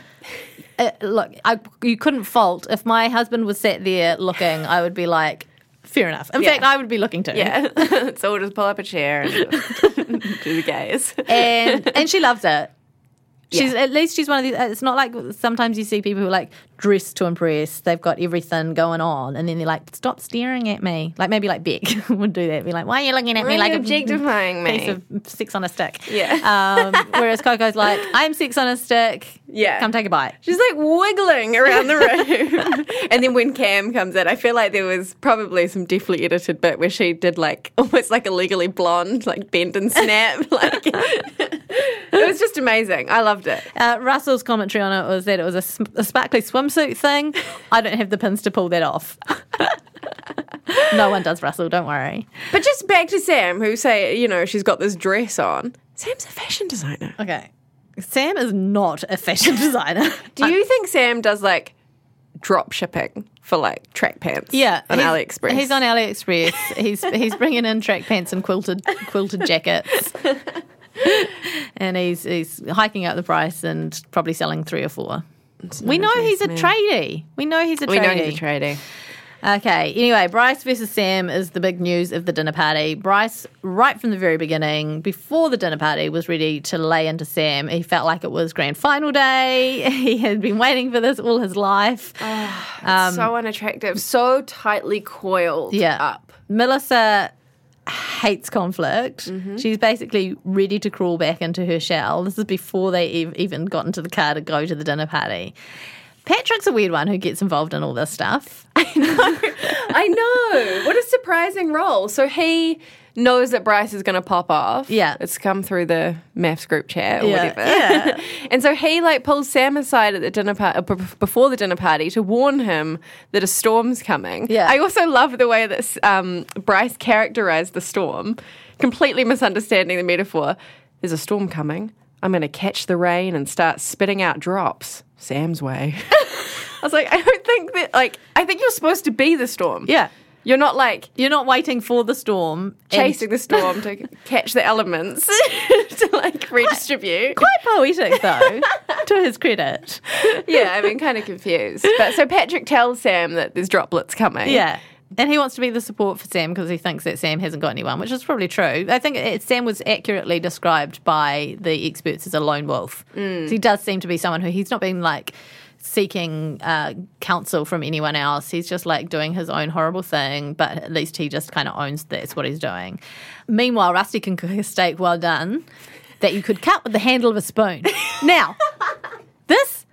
Speaker 9: Uh, look, I, you couldn't fault if my husband was sat there looking. I would be like, fair enough. In fact, I would be looking too.
Speaker 2: Yeah, so we'll just pull up a chair and do the gaze.
Speaker 9: and and she loves it. She's
Speaker 2: Yeah.
Speaker 9: at least she's one of these. It's not like sometimes you see people who are like dressed to impress. They've got everything going on, and then they're like, "Stop staring at me." Like maybe like Beck would do that. Be like, "Why are you looking at me
Speaker 2: Why are
Speaker 9: like
Speaker 2: you
Speaker 9: a
Speaker 2: objectifying me?"
Speaker 9: piece of six on a stick?"
Speaker 2: Yeah.
Speaker 9: Um, whereas Coco's like, "I'm six on a stick.
Speaker 2: Yeah.
Speaker 9: come take a bite."
Speaker 2: She's like wiggling around the room. and then when Cam comes in, I feel like there was probably some deftly edited bit where she did like almost like a legally blonde, like bend and snap. like it was just amazing. I loved it.
Speaker 9: Uh, Russell's commentary on it was that it was a, sm- a sparkly swimsuit thing. I don't have the pins to pull that off. no one does, Russell. Don't worry.
Speaker 2: But just back to Sam, who say, you know, she's got this dress on. Sam's a fashion designer.
Speaker 9: Okay. Sam is not a fashion designer.
Speaker 2: Do you think Sam does like drop shipping for like track pants?
Speaker 9: yeah,
Speaker 2: on
Speaker 9: he's-
Speaker 2: AliExpress.
Speaker 9: He's on AliExpress. he's he's bringing in track pants and quilted quilted jackets, and he's he's hiking up the price and probably selling three or four. We know he's a tradie. We know he's a tradie.
Speaker 2: We know he's a tradie.
Speaker 9: Okay. Anyway, Bryce versus Sam is the big news of the dinner party. Bryce, right from the very beginning, before the dinner party, was ready to lay into Sam. He felt like it was grand final day. He had been waiting for this all his life.
Speaker 2: so unattractive, so tightly coiled
Speaker 9: Um, yeah.
Speaker 2: up.
Speaker 9: Melissa hates conflict. She's basically ready to crawl back into her shell. This is before they ev- even got into the car to go to the dinner party. Patrick's a weird one who gets involved in all this stuff.
Speaker 2: I know. What a surprising role. So he knows that Bryce is going to pop off.
Speaker 9: Yeah.
Speaker 2: It's come through the maths group chat or
Speaker 9: Yeah,
Speaker 2: whatever. and so he like pulls Sam aside at the dinner party before the dinner party to warn him that a storm's coming.
Speaker 9: Yeah.
Speaker 2: I also love the way that um, Bryce characterized the storm, completely misunderstanding the metaphor. There's a storm coming. I'm going to catch the rain and start spitting out drops. Sam's way. I was like, I don't think that, like, I think you're supposed to be the storm.
Speaker 9: Yeah.
Speaker 2: You're not like
Speaker 9: You're not waiting for the storm. and-
Speaker 2: chasing the storm to catch the elements to like redistribute.
Speaker 9: quite poetic though, to his credit.
Speaker 2: Yeah, I mean, kind of confused. But so Patrick tells Sam that there's droplets coming.
Speaker 9: Yeah. And he wants to be the support for Sam because he thinks that Sam hasn't got anyone, which is probably true. I think it, Sam was accurately described by the experts as a lone wolf. So he does seem to be someone who he's not been like seeking uh, counsel from anyone else. He's just like doing his own horrible thing, but at least he just kind of owns that's what he's doing. Meanwhile, Rusty can cook a steak well done that you could cut with the handle of a spoon. now, this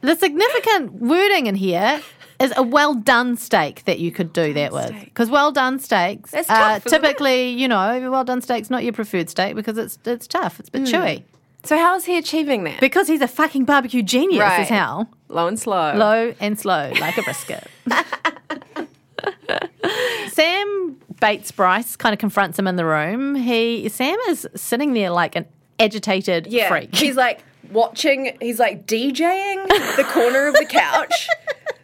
Speaker 9: the significant wording in here is a well done steak that you could do that with. Because well done steaks
Speaker 2: That's
Speaker 9: are
Speaker 2: tough, isn't it?
Speaker 9: typically, you know, well done steak's not your preferred steak because it's it's tough, it's
Speaker 2: Mm.
Speaker 9: a bit chewy.
Speaker 2: So how is he achieving that?
Speaker 9: Because he's a fucking barbecue genius,
Speaker 2: Right.
Speaker 9: is how.
Speaker 2: Low and slow.
Speaker 9: Low and slow, like a brisket. Sam Bates Bryce kind of confronts him in the room. He Sam is sitting there like an agitated
Speaker 2: yeah.
Speaker 9: freak.
Speaker 2: He's like watching. He's like DJing the corner of the couch.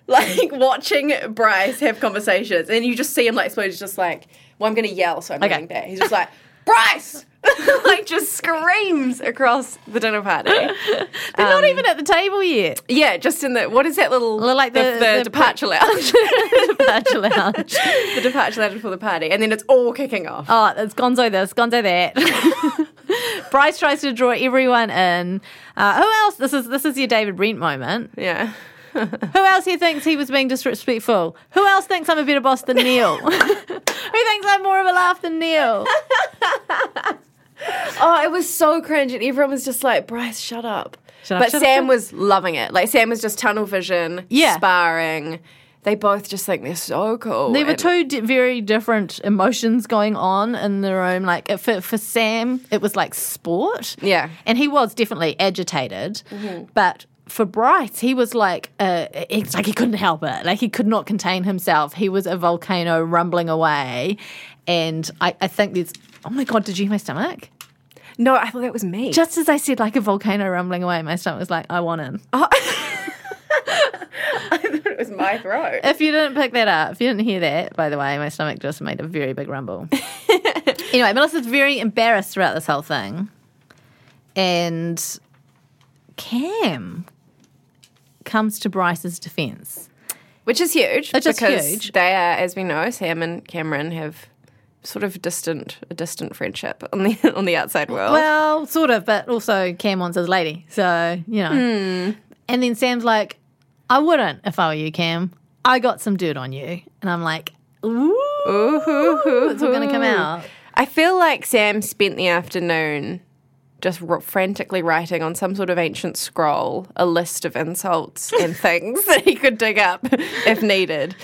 Speaker 2: Like watching Bryce have conversations, and you just see him like, so he's just like, "Well, I'm going to yell, so I'm
Speaker 9: Okay.
Speaker 2: going back." He's just like, "Bryce, like just screams across the dinner party. Um,
Speaker 9: They're not even at the table yet.
Speaker 2: Yeah, just in the what is that little
Speaker 9: Well, like the- the-
Speaker 2: departure lounge,
Speaker 9: Departure lounge.
Speaker 2: the departure lounge for the party, and then it's all kicking off.
Speaker 9: Oh, it's Gonzo this, Gonzo that. Bryce tries to draw everyone in. Uh, who else? This is this is your David Brent moment.
Speaker 2: Yeah.
Speaker 9: Who else here thinks he was being disrespectful? Who else thinks I'm a better boss than Neil? Who thinks I'm more of a laugh than Neil?
Speaker 2: Oh, it was so cringe, and everyone was just like, "Bryce, shut up."
Speaker 9: Shut up,
Speaker 2: but
Speaker 9: shut up, shut
Speaker 2: Sam
Speaker 9: up.
Speaker 2: was loving it. Like Sam was just tunnel vision,
Speaker 9: Yeah.
Speaker 2: sparring. They both just think they're so cool.
Speaker 9: There were
Speaker 2: and-
Speaker 9: two di- very different emotions going on in the room. Like uh, for for Sam, it was like sport.
Speaker 2: Yeah.
Speaker 9: and he was definitely agitated, but. For Bryce, he was like, uh, it's like he couldn't help it. Like he could not contain himself. He was a volcano rumbling away, and I, I think there's. Oh my god! Did you hear my stomach?
Speaker 2: No, I thought that was me.
Speaker 9: Just as I said, like a volcano rumbling away, my stomach was like, I want in.
Speaker 2: it was my throat.
Speaker 9: If you didn't pick that up, if you didn't hear that, by the way, my stomach just made a very big rumble. anyway, Melissa's very embarrassed throughout this whole thing. And Cam comes to Bryce's defense.
Speaker 2: Which is huge.
Speaker 9: Which is
Speaker 2: because
Speaker 9: huge.
Speaker 2: They are, as we know, Sam and Cameron have sort of distant a distant friendship on the on the outside world.
Speaker 9: Well, Oh, sort of, but also Cam wants his lady. So, you know. And then Sam's like, I wouldn't if I were you, Cam. I got some dirt on you. And I'm like, ooh,
Speaker 2: Ooh, hoo, hoo,
Speaker 9: it's all going to come
Speaker 2: hoo.
Speaker 9: out.
Speaker 2: I feel like Sam spent the afternoon just r- frantically writing on some sort of ancient scroll a list of insults and things that he could dig up if needed.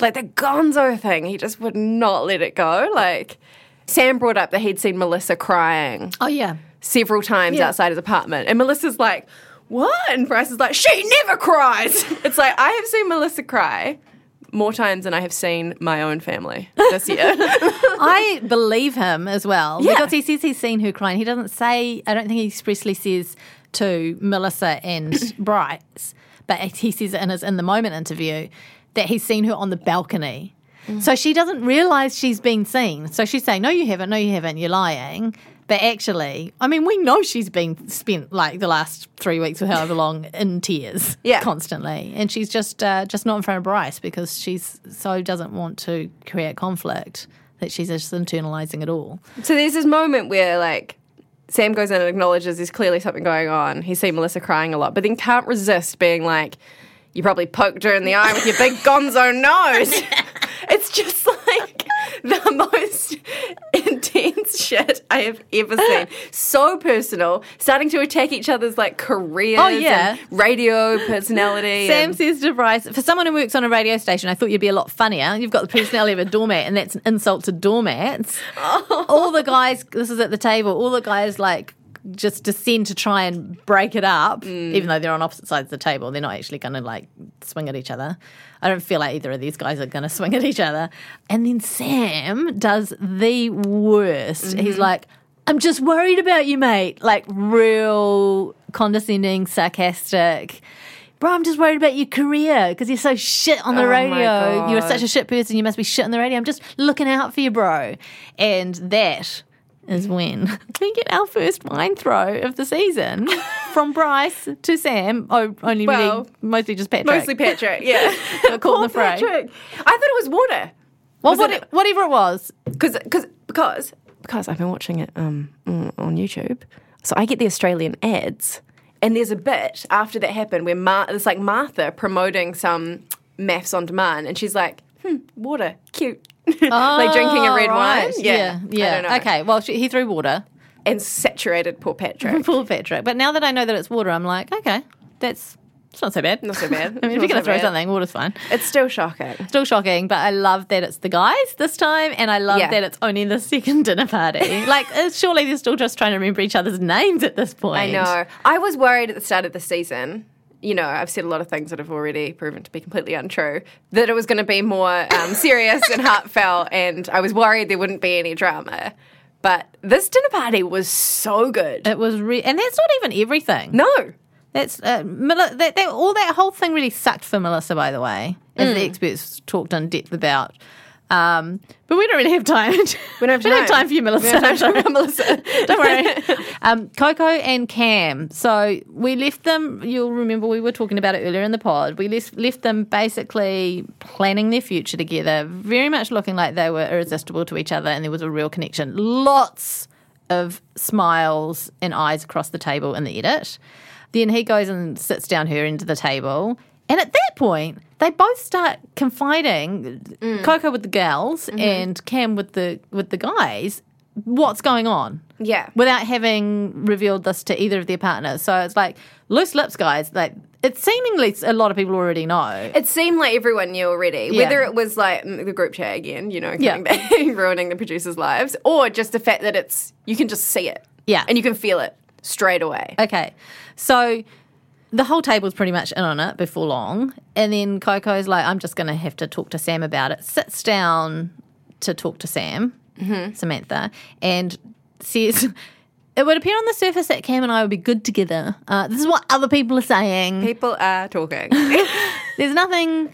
Speaker 2: Like the gonzo thing, he just would not let it go. Like Sam brought up that he'd seen Melissa crying
Speaker 9: Oh, yeah.
Speaker 2: several times
Speaker 9: Yeah.
Speaker 2: outside his apartment. And Melissa's like, What? And Bryce is like, She never cries. It's like, I have seen Melissa cry more times than I have seen my own family this year.
Speaker 9: I believe him as well
Speaker 2: Yeah.
Speaker 9: because he says he's seen her crying. He doesn't say. I don't think he expressly says to Melissa and Bryce, but he says it in his in the moment interview that he's seen her on the balcony. So she doesn't realise she's been seen. So she's saying, "No, you haven't. No, you haven't. You're lying." But actually, I mean, we know she's been spent like the last three weeks or however long in tears,
Speaker 2: Yeah.
Speaker 9: constantly, and she's just uh, just not in front of Bryce because she's so doesn't want to create conflict that she's just internalizing it all.
Speaker 2: So there's this moment where like Sam goes in and acknowledges there's clearly something going on. He's seen Melissa crying a lot, but then can't resist being like, "You probably poked her in the eye with your big gonzo nose." it's just like the most intense shit I have ever seen. So personal, starting to attack each other's like careers.
Speaker 9: Oh, yeah.
Speaker 2: and radio personality.
Speaker 9: Sam
Speaker 2: and-
Speaker 9: says to Bryce, "For someone who works on a radio station, I thought you'd be a lot funnier. You've got the personality of a doormat, and that's an insult to doormats." All the guys, this is at the table. All the guys like just descend to try and break it up,
Speaker 2: Mm.
Speaker 9: even though they're on opposite sides of the table. They're not actually going to like swing at each other. I don't feel like either of these guys are going to swing at each other. And then Sam does the worst.
Speaker 2: Mm-hmm.
Speaker 9: He's like. I'm just worried about you, mate. Like, real condescending, sarcastic bro, I'm just worried about your career because you're so shit on the
Speaker 2: Oh my
Speaker 9: radio. You're
Speaker 2: God.
Speaker 9: such a shit person. You must be shit on the radio. I'm just looking out for you, bro. And that is when we get our first mind throw of the season from Bryce to Sam. Oh, only
Speaker 2: Well,
Speaker 9: really, mostly just Patrick.
Speaker 2: Mostly Patrick, yeah.
Speaker 9: Got caught in the fray.
Speaker 2: Patrick. I thought it was water.
Speaker 9: Well,
Speaker 2: was
Speaker 9: what, e-,
Speaker 2: it-
Speaker 9: whatever it was.
Speaker 2: because because because because I've been watching it um on on YouTube, so I get the Australian ads, and there's a bit after that happened where Mar- it's like Martha promoting some maths on demand, and she's like, hmm, water, cute, like drinking a red
Speaker 9: Oh, right.
Speaker 2: wine, yeah,
Speaker 9: yeah.
Speaker 2: I don't know.
Speaker 9: Okay, well, she, he threw water.
Speaker 2: and saturated poor Patrick.
Speaker 9: Poor Patrick. But now that I know that it's water, I'm like, okay, that's it's not so bad.
Speaker 2: Not so bad.
Speaker 9: I mean, if
Speaker 2: Not
Speaker 9: you're going
Speaker 2: so
Speaker 9: to throw
Speaker 2: bad.
Speaker 9: something, water's fine.
Speaker 2: It's still shocking.
Speaker 9: still shocking, but I love that it's the guys this time, and I love
Speaker 2: Yeah.
Speaker 9: that it's only the second dinner party. like, uh, surely they're still just trying to remember each other's names at this point.
Speaker 2: I know. I was worried at the start of the season. You know, I've said a lot of things that have already proven to be completely untrue. That it was going to be more um, serious and heartfelt, and I was worried there wouldn't be any drama. But this dinner party was so good.
Speaker 9: It was, re- and that's not even everything.
Speaker 2: no,
Speaker 9: That's uh, Mel- that, that
Speaker 2: Mm.
Speaker 9: all that whole thing really sucked for Melissa. By the way, as the experts talked in depth about. Um, but we don't really have time.
Speaker 2: We don't have time.
Speaker 9: time for you, Melissa.
Speaker 2: We don't have time for Melissa.
Speaker 9: don't worry. Um, Coco and Cam. So we left them. You'll remember we were talking about it earlier in the pod. We left left them basically planning their future together, very much looking like they were irresistible to each other, and there was a real connection. Lots of smiles and eyes across the table in the edit. Then he goes and sits down her end of the table. And at that point, they both start confiding Coco with the girls and Cam with the with the guys what's going on
Speaker 2: Yeah.
Speaker 9: without having revealed this to either of their partners. So it's like loose lips, guys. Like it seemingly a lot of people already know.
Speaker 2: It seemed like everyone knew already,
Speaker 9: Yeah.
Speaker 2: whether it was like mm, the group chat again, you know,
Speaker 9: Yeah.
Speaker 2: coming back, ruining the producers' lives, or just the fact that it's you can just see it,
Speaker 9: Yeah.
Speaker 2: and you can feel it straight away.
Speaker 9: Okay, so the whole table's pretty much in on it before long, and then Coco's like, "I'm just going to have to talk to Sam about it." Sits down to talk to Sam, Samantha, and says. It would appear on the surface that Cam and I would be good together. Uh, this is what other people are saying.
Speaker 2: People are talking. yeah,
Speaker 9: there's nothing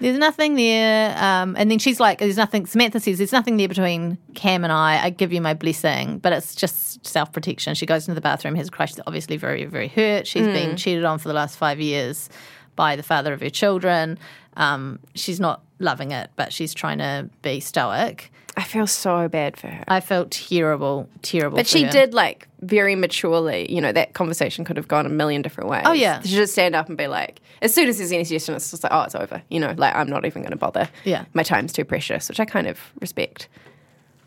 Speaker 9: there's nothing there um, and then she's like there's nothing samantha says there's nothing there between cam and i i give you my blessing but it's just self-protection she goes into the bathroom has a crush that's obviously very very hurt She's
Speaker 2: Hmm.
Speaker 9: been cheated on for the last five years by the father of her children um, she's not loving it but she's trying to be stoic
Speaker 2: I feel so bad for her.
Speaker 9: i felt terrible terrible
Speaker 2: But
Speaker 9: for
Speaker 2: she
Speaker 9: her.
Speaker 2: did like very maturely, you know, that conversation could have gone a million different ways.
Speaker 9: Oh, yeah.
Speaker 2: She should just stand up and be like, as soon as there's any suggestion, it's just like, oh, it's over. You know, like I'm not even going to bother.
Speaker 9: Yeah.
Speaker 2: My time's too precious, which I kind of respect.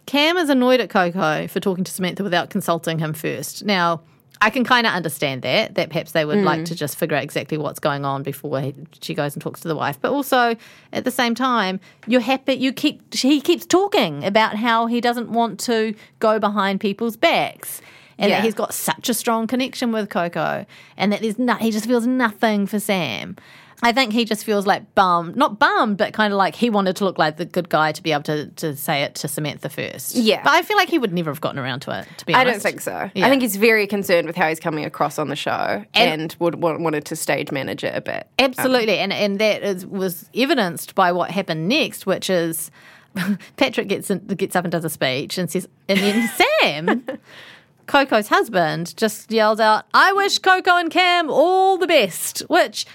Speaker 9: Cam is annoyed at Coco for talking to Samantha without consulting him first. Now, I can kind of understand that, that perhaps they would like to just figure out exactly what's going on before he, she goes and talks to the wife. But also, at the same time, you're happy, you keep, he keeps talking about how he doesn't want to go behind people's backs. And
Speaker 2: Yeah.
Speaker 9: that he's got such a strong connection with Coco, and that there's no, he just feels nothing for Sam. I think he just feels like bummed, not bummed, but kind of like he wanted to look like the good guy to be able to, to say it to Samantha first.
Speaker 2: Yeah.
Speaker 9: But I feel like he would never have gotten around to it, to be
Speaker 2: I
Speaker 9: honest.
Speaker 2: don't think so.
Speaker 9: Yeah.
Speaker 2: I think he's very concerned with how he's coming across on the show and, would want, wanted to stage manage it a bit.
Speaker 9: Absolutely. and, and that is, was evidenced by what happened next, which is Patrick gets, in, gets up and does a speech and says, and then Sam, Coco's husband, just yells out, I wish Coco and Cam all the best, which,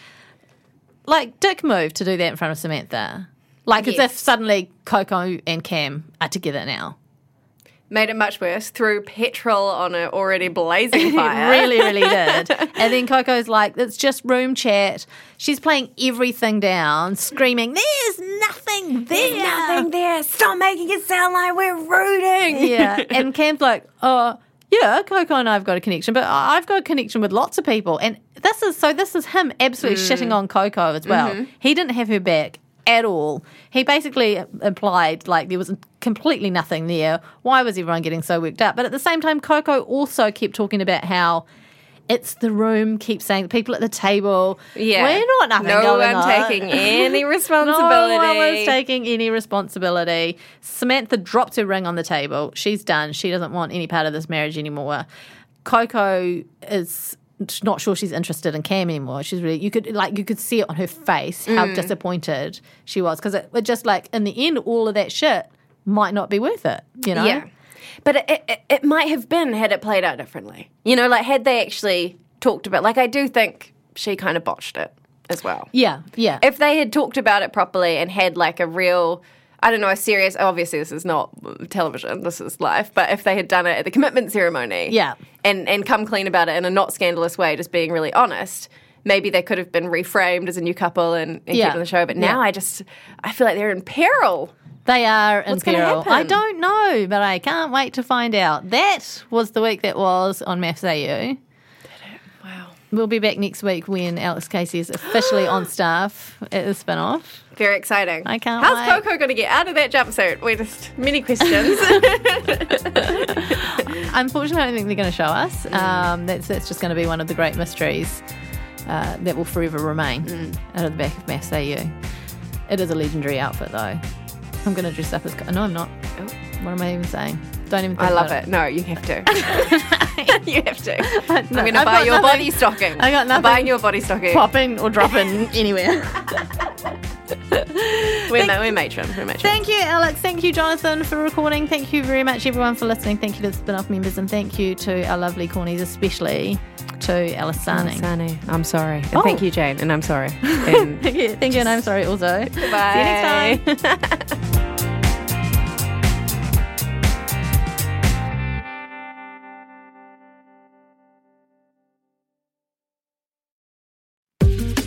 Speaker 9: like, Dick moved to do that in front of Samantha. Like, as if
Speaker 2: Yes.
Speaker 9: suddenly Coco and Cam are together now.
Speaker 2: Made it much worse, threw petrol on an already blazing fire.
Speaker 9: really, really did. And then Coco's like, it's just room chat. She's playing everything down, screaming, there's nothing there.
Speaker 2: Nothing there. Stop making it sound like we're rooting.
Speaker 9: yeah. And Cam's like, oh, yeah, Coco and I've got a connection, but I- I've got a connection with lots of people. And this is so this is him absolutely
Speaker 2: Mm.
Speaker 9: shitting on Coco as well.
Speaker 2: Mm-hmm.
Speaker 9: He didn't have her back at all. He basically implied like there was completely nothing there. Why was everyone getting so worked up? But at the same time, Coco also kept talking about how it's the room, keep saying the people at the table.
Speaker 2: Yeah.
Speaker 9: We're not nothing
Speaker 2: No
Speaker 9: going
Speaker 2: one
Speaker 9: on.
Speaker 2: taking any responsibility.
Speaker 9: No one was taking any responsibility. Samantha dropped her ring on the table. She's done. She doesn't want any part of this marriage anymore. Coco is not sure she's interested in Cam anymore. She's really you could like you could see it on her face how
Speaker 2: Mm.
Speaker 9: disappointed she was because it, it just like in the end all of that shit might not be worth it. You know.
Speaker 2: Yeah. But it, it, it- it might have been had it played out differently. You know, like had they actually talked about like I do think she kind of botched it as well.
Speaker 9: Yeah. Yeah.
Speaker 2: If they had talked about it properly and had like a real I don't know, a serious obviously this is not television, this is life, but if they had done it at the commitment ceremony
Speaker 9: Yeah.
Speaker 2: and and come clean about it in a not scandalous way, just being really honest, maybe they could have been reframed as a new couple and, and
Speaker 9: Yeah.
Speaker 2: kept on the show. But now
Speaker 9: Yeah.
Speaker 2: I just I feel like they're in peril.
Speaker 9: They are in
Speaker 2: What's gonna
Speaker 9: peril.
Speaker 2: happen?
Speaker 9: I don't know, but I can't wait to find out. That was the week that was on Maths AU.
Speaker 2: Wow.
Speaker 9: We'll be back next week when Alex Casey is officially on staff at the spin off.
Speaker 2: Very exciting.
Speaker 9: I can't
Speaker 2: How's
Speaker 9: wait.
Speaker 2: Coco going to get out of that jumpsuit? We just many questions.
Speaker 9: Unfortunately, I don't think they're going to show us. Um, that's, that's just going to be one of the great mysteries uh, that will forever remain
Speaker 2: Mm.
Speaker 9: out of the back of Maths AU. It is a legendary outfit, though. I'm going to dress up as. Co- No, I'm not. What am I even saying? Don't even think
Speaker 2: Oh. I love
Speaker 9: about
Speaker 2: it. No, you have to. you have to. I'm
Speaker 9: No,
Speaker 2: going to
Speaker 9: I've
Speaker 2: buy
Speaker 9: got
Speaker 2: your
Speaker 9: nothing.
Speaker 2: body stocking.
Speaker 9: I got
Speaker 2: I'm
Speaker 9: nothing.
Speaker 2: buying your body stocking.
Speaker 9: Popping or dropping anywhere.
Speaker 2: We're, no, we're matron. We're matron.
Speaker 9: Thank you, Alex. Thank you, Jonathan, for recording. Thank you very much, everyone, for listening. Thank you to the spin off members and thank you to our lovely cornies, especially to Alice Sarning.
Speaker 2: Sunny, I'm sorry. And
Speaker 9: Oh.
Speaker 2: thank you, Jane. And I'm sorry. And
Speaker 9: Thank you. Thank you, and I'm sorry also. Bye. See you next time.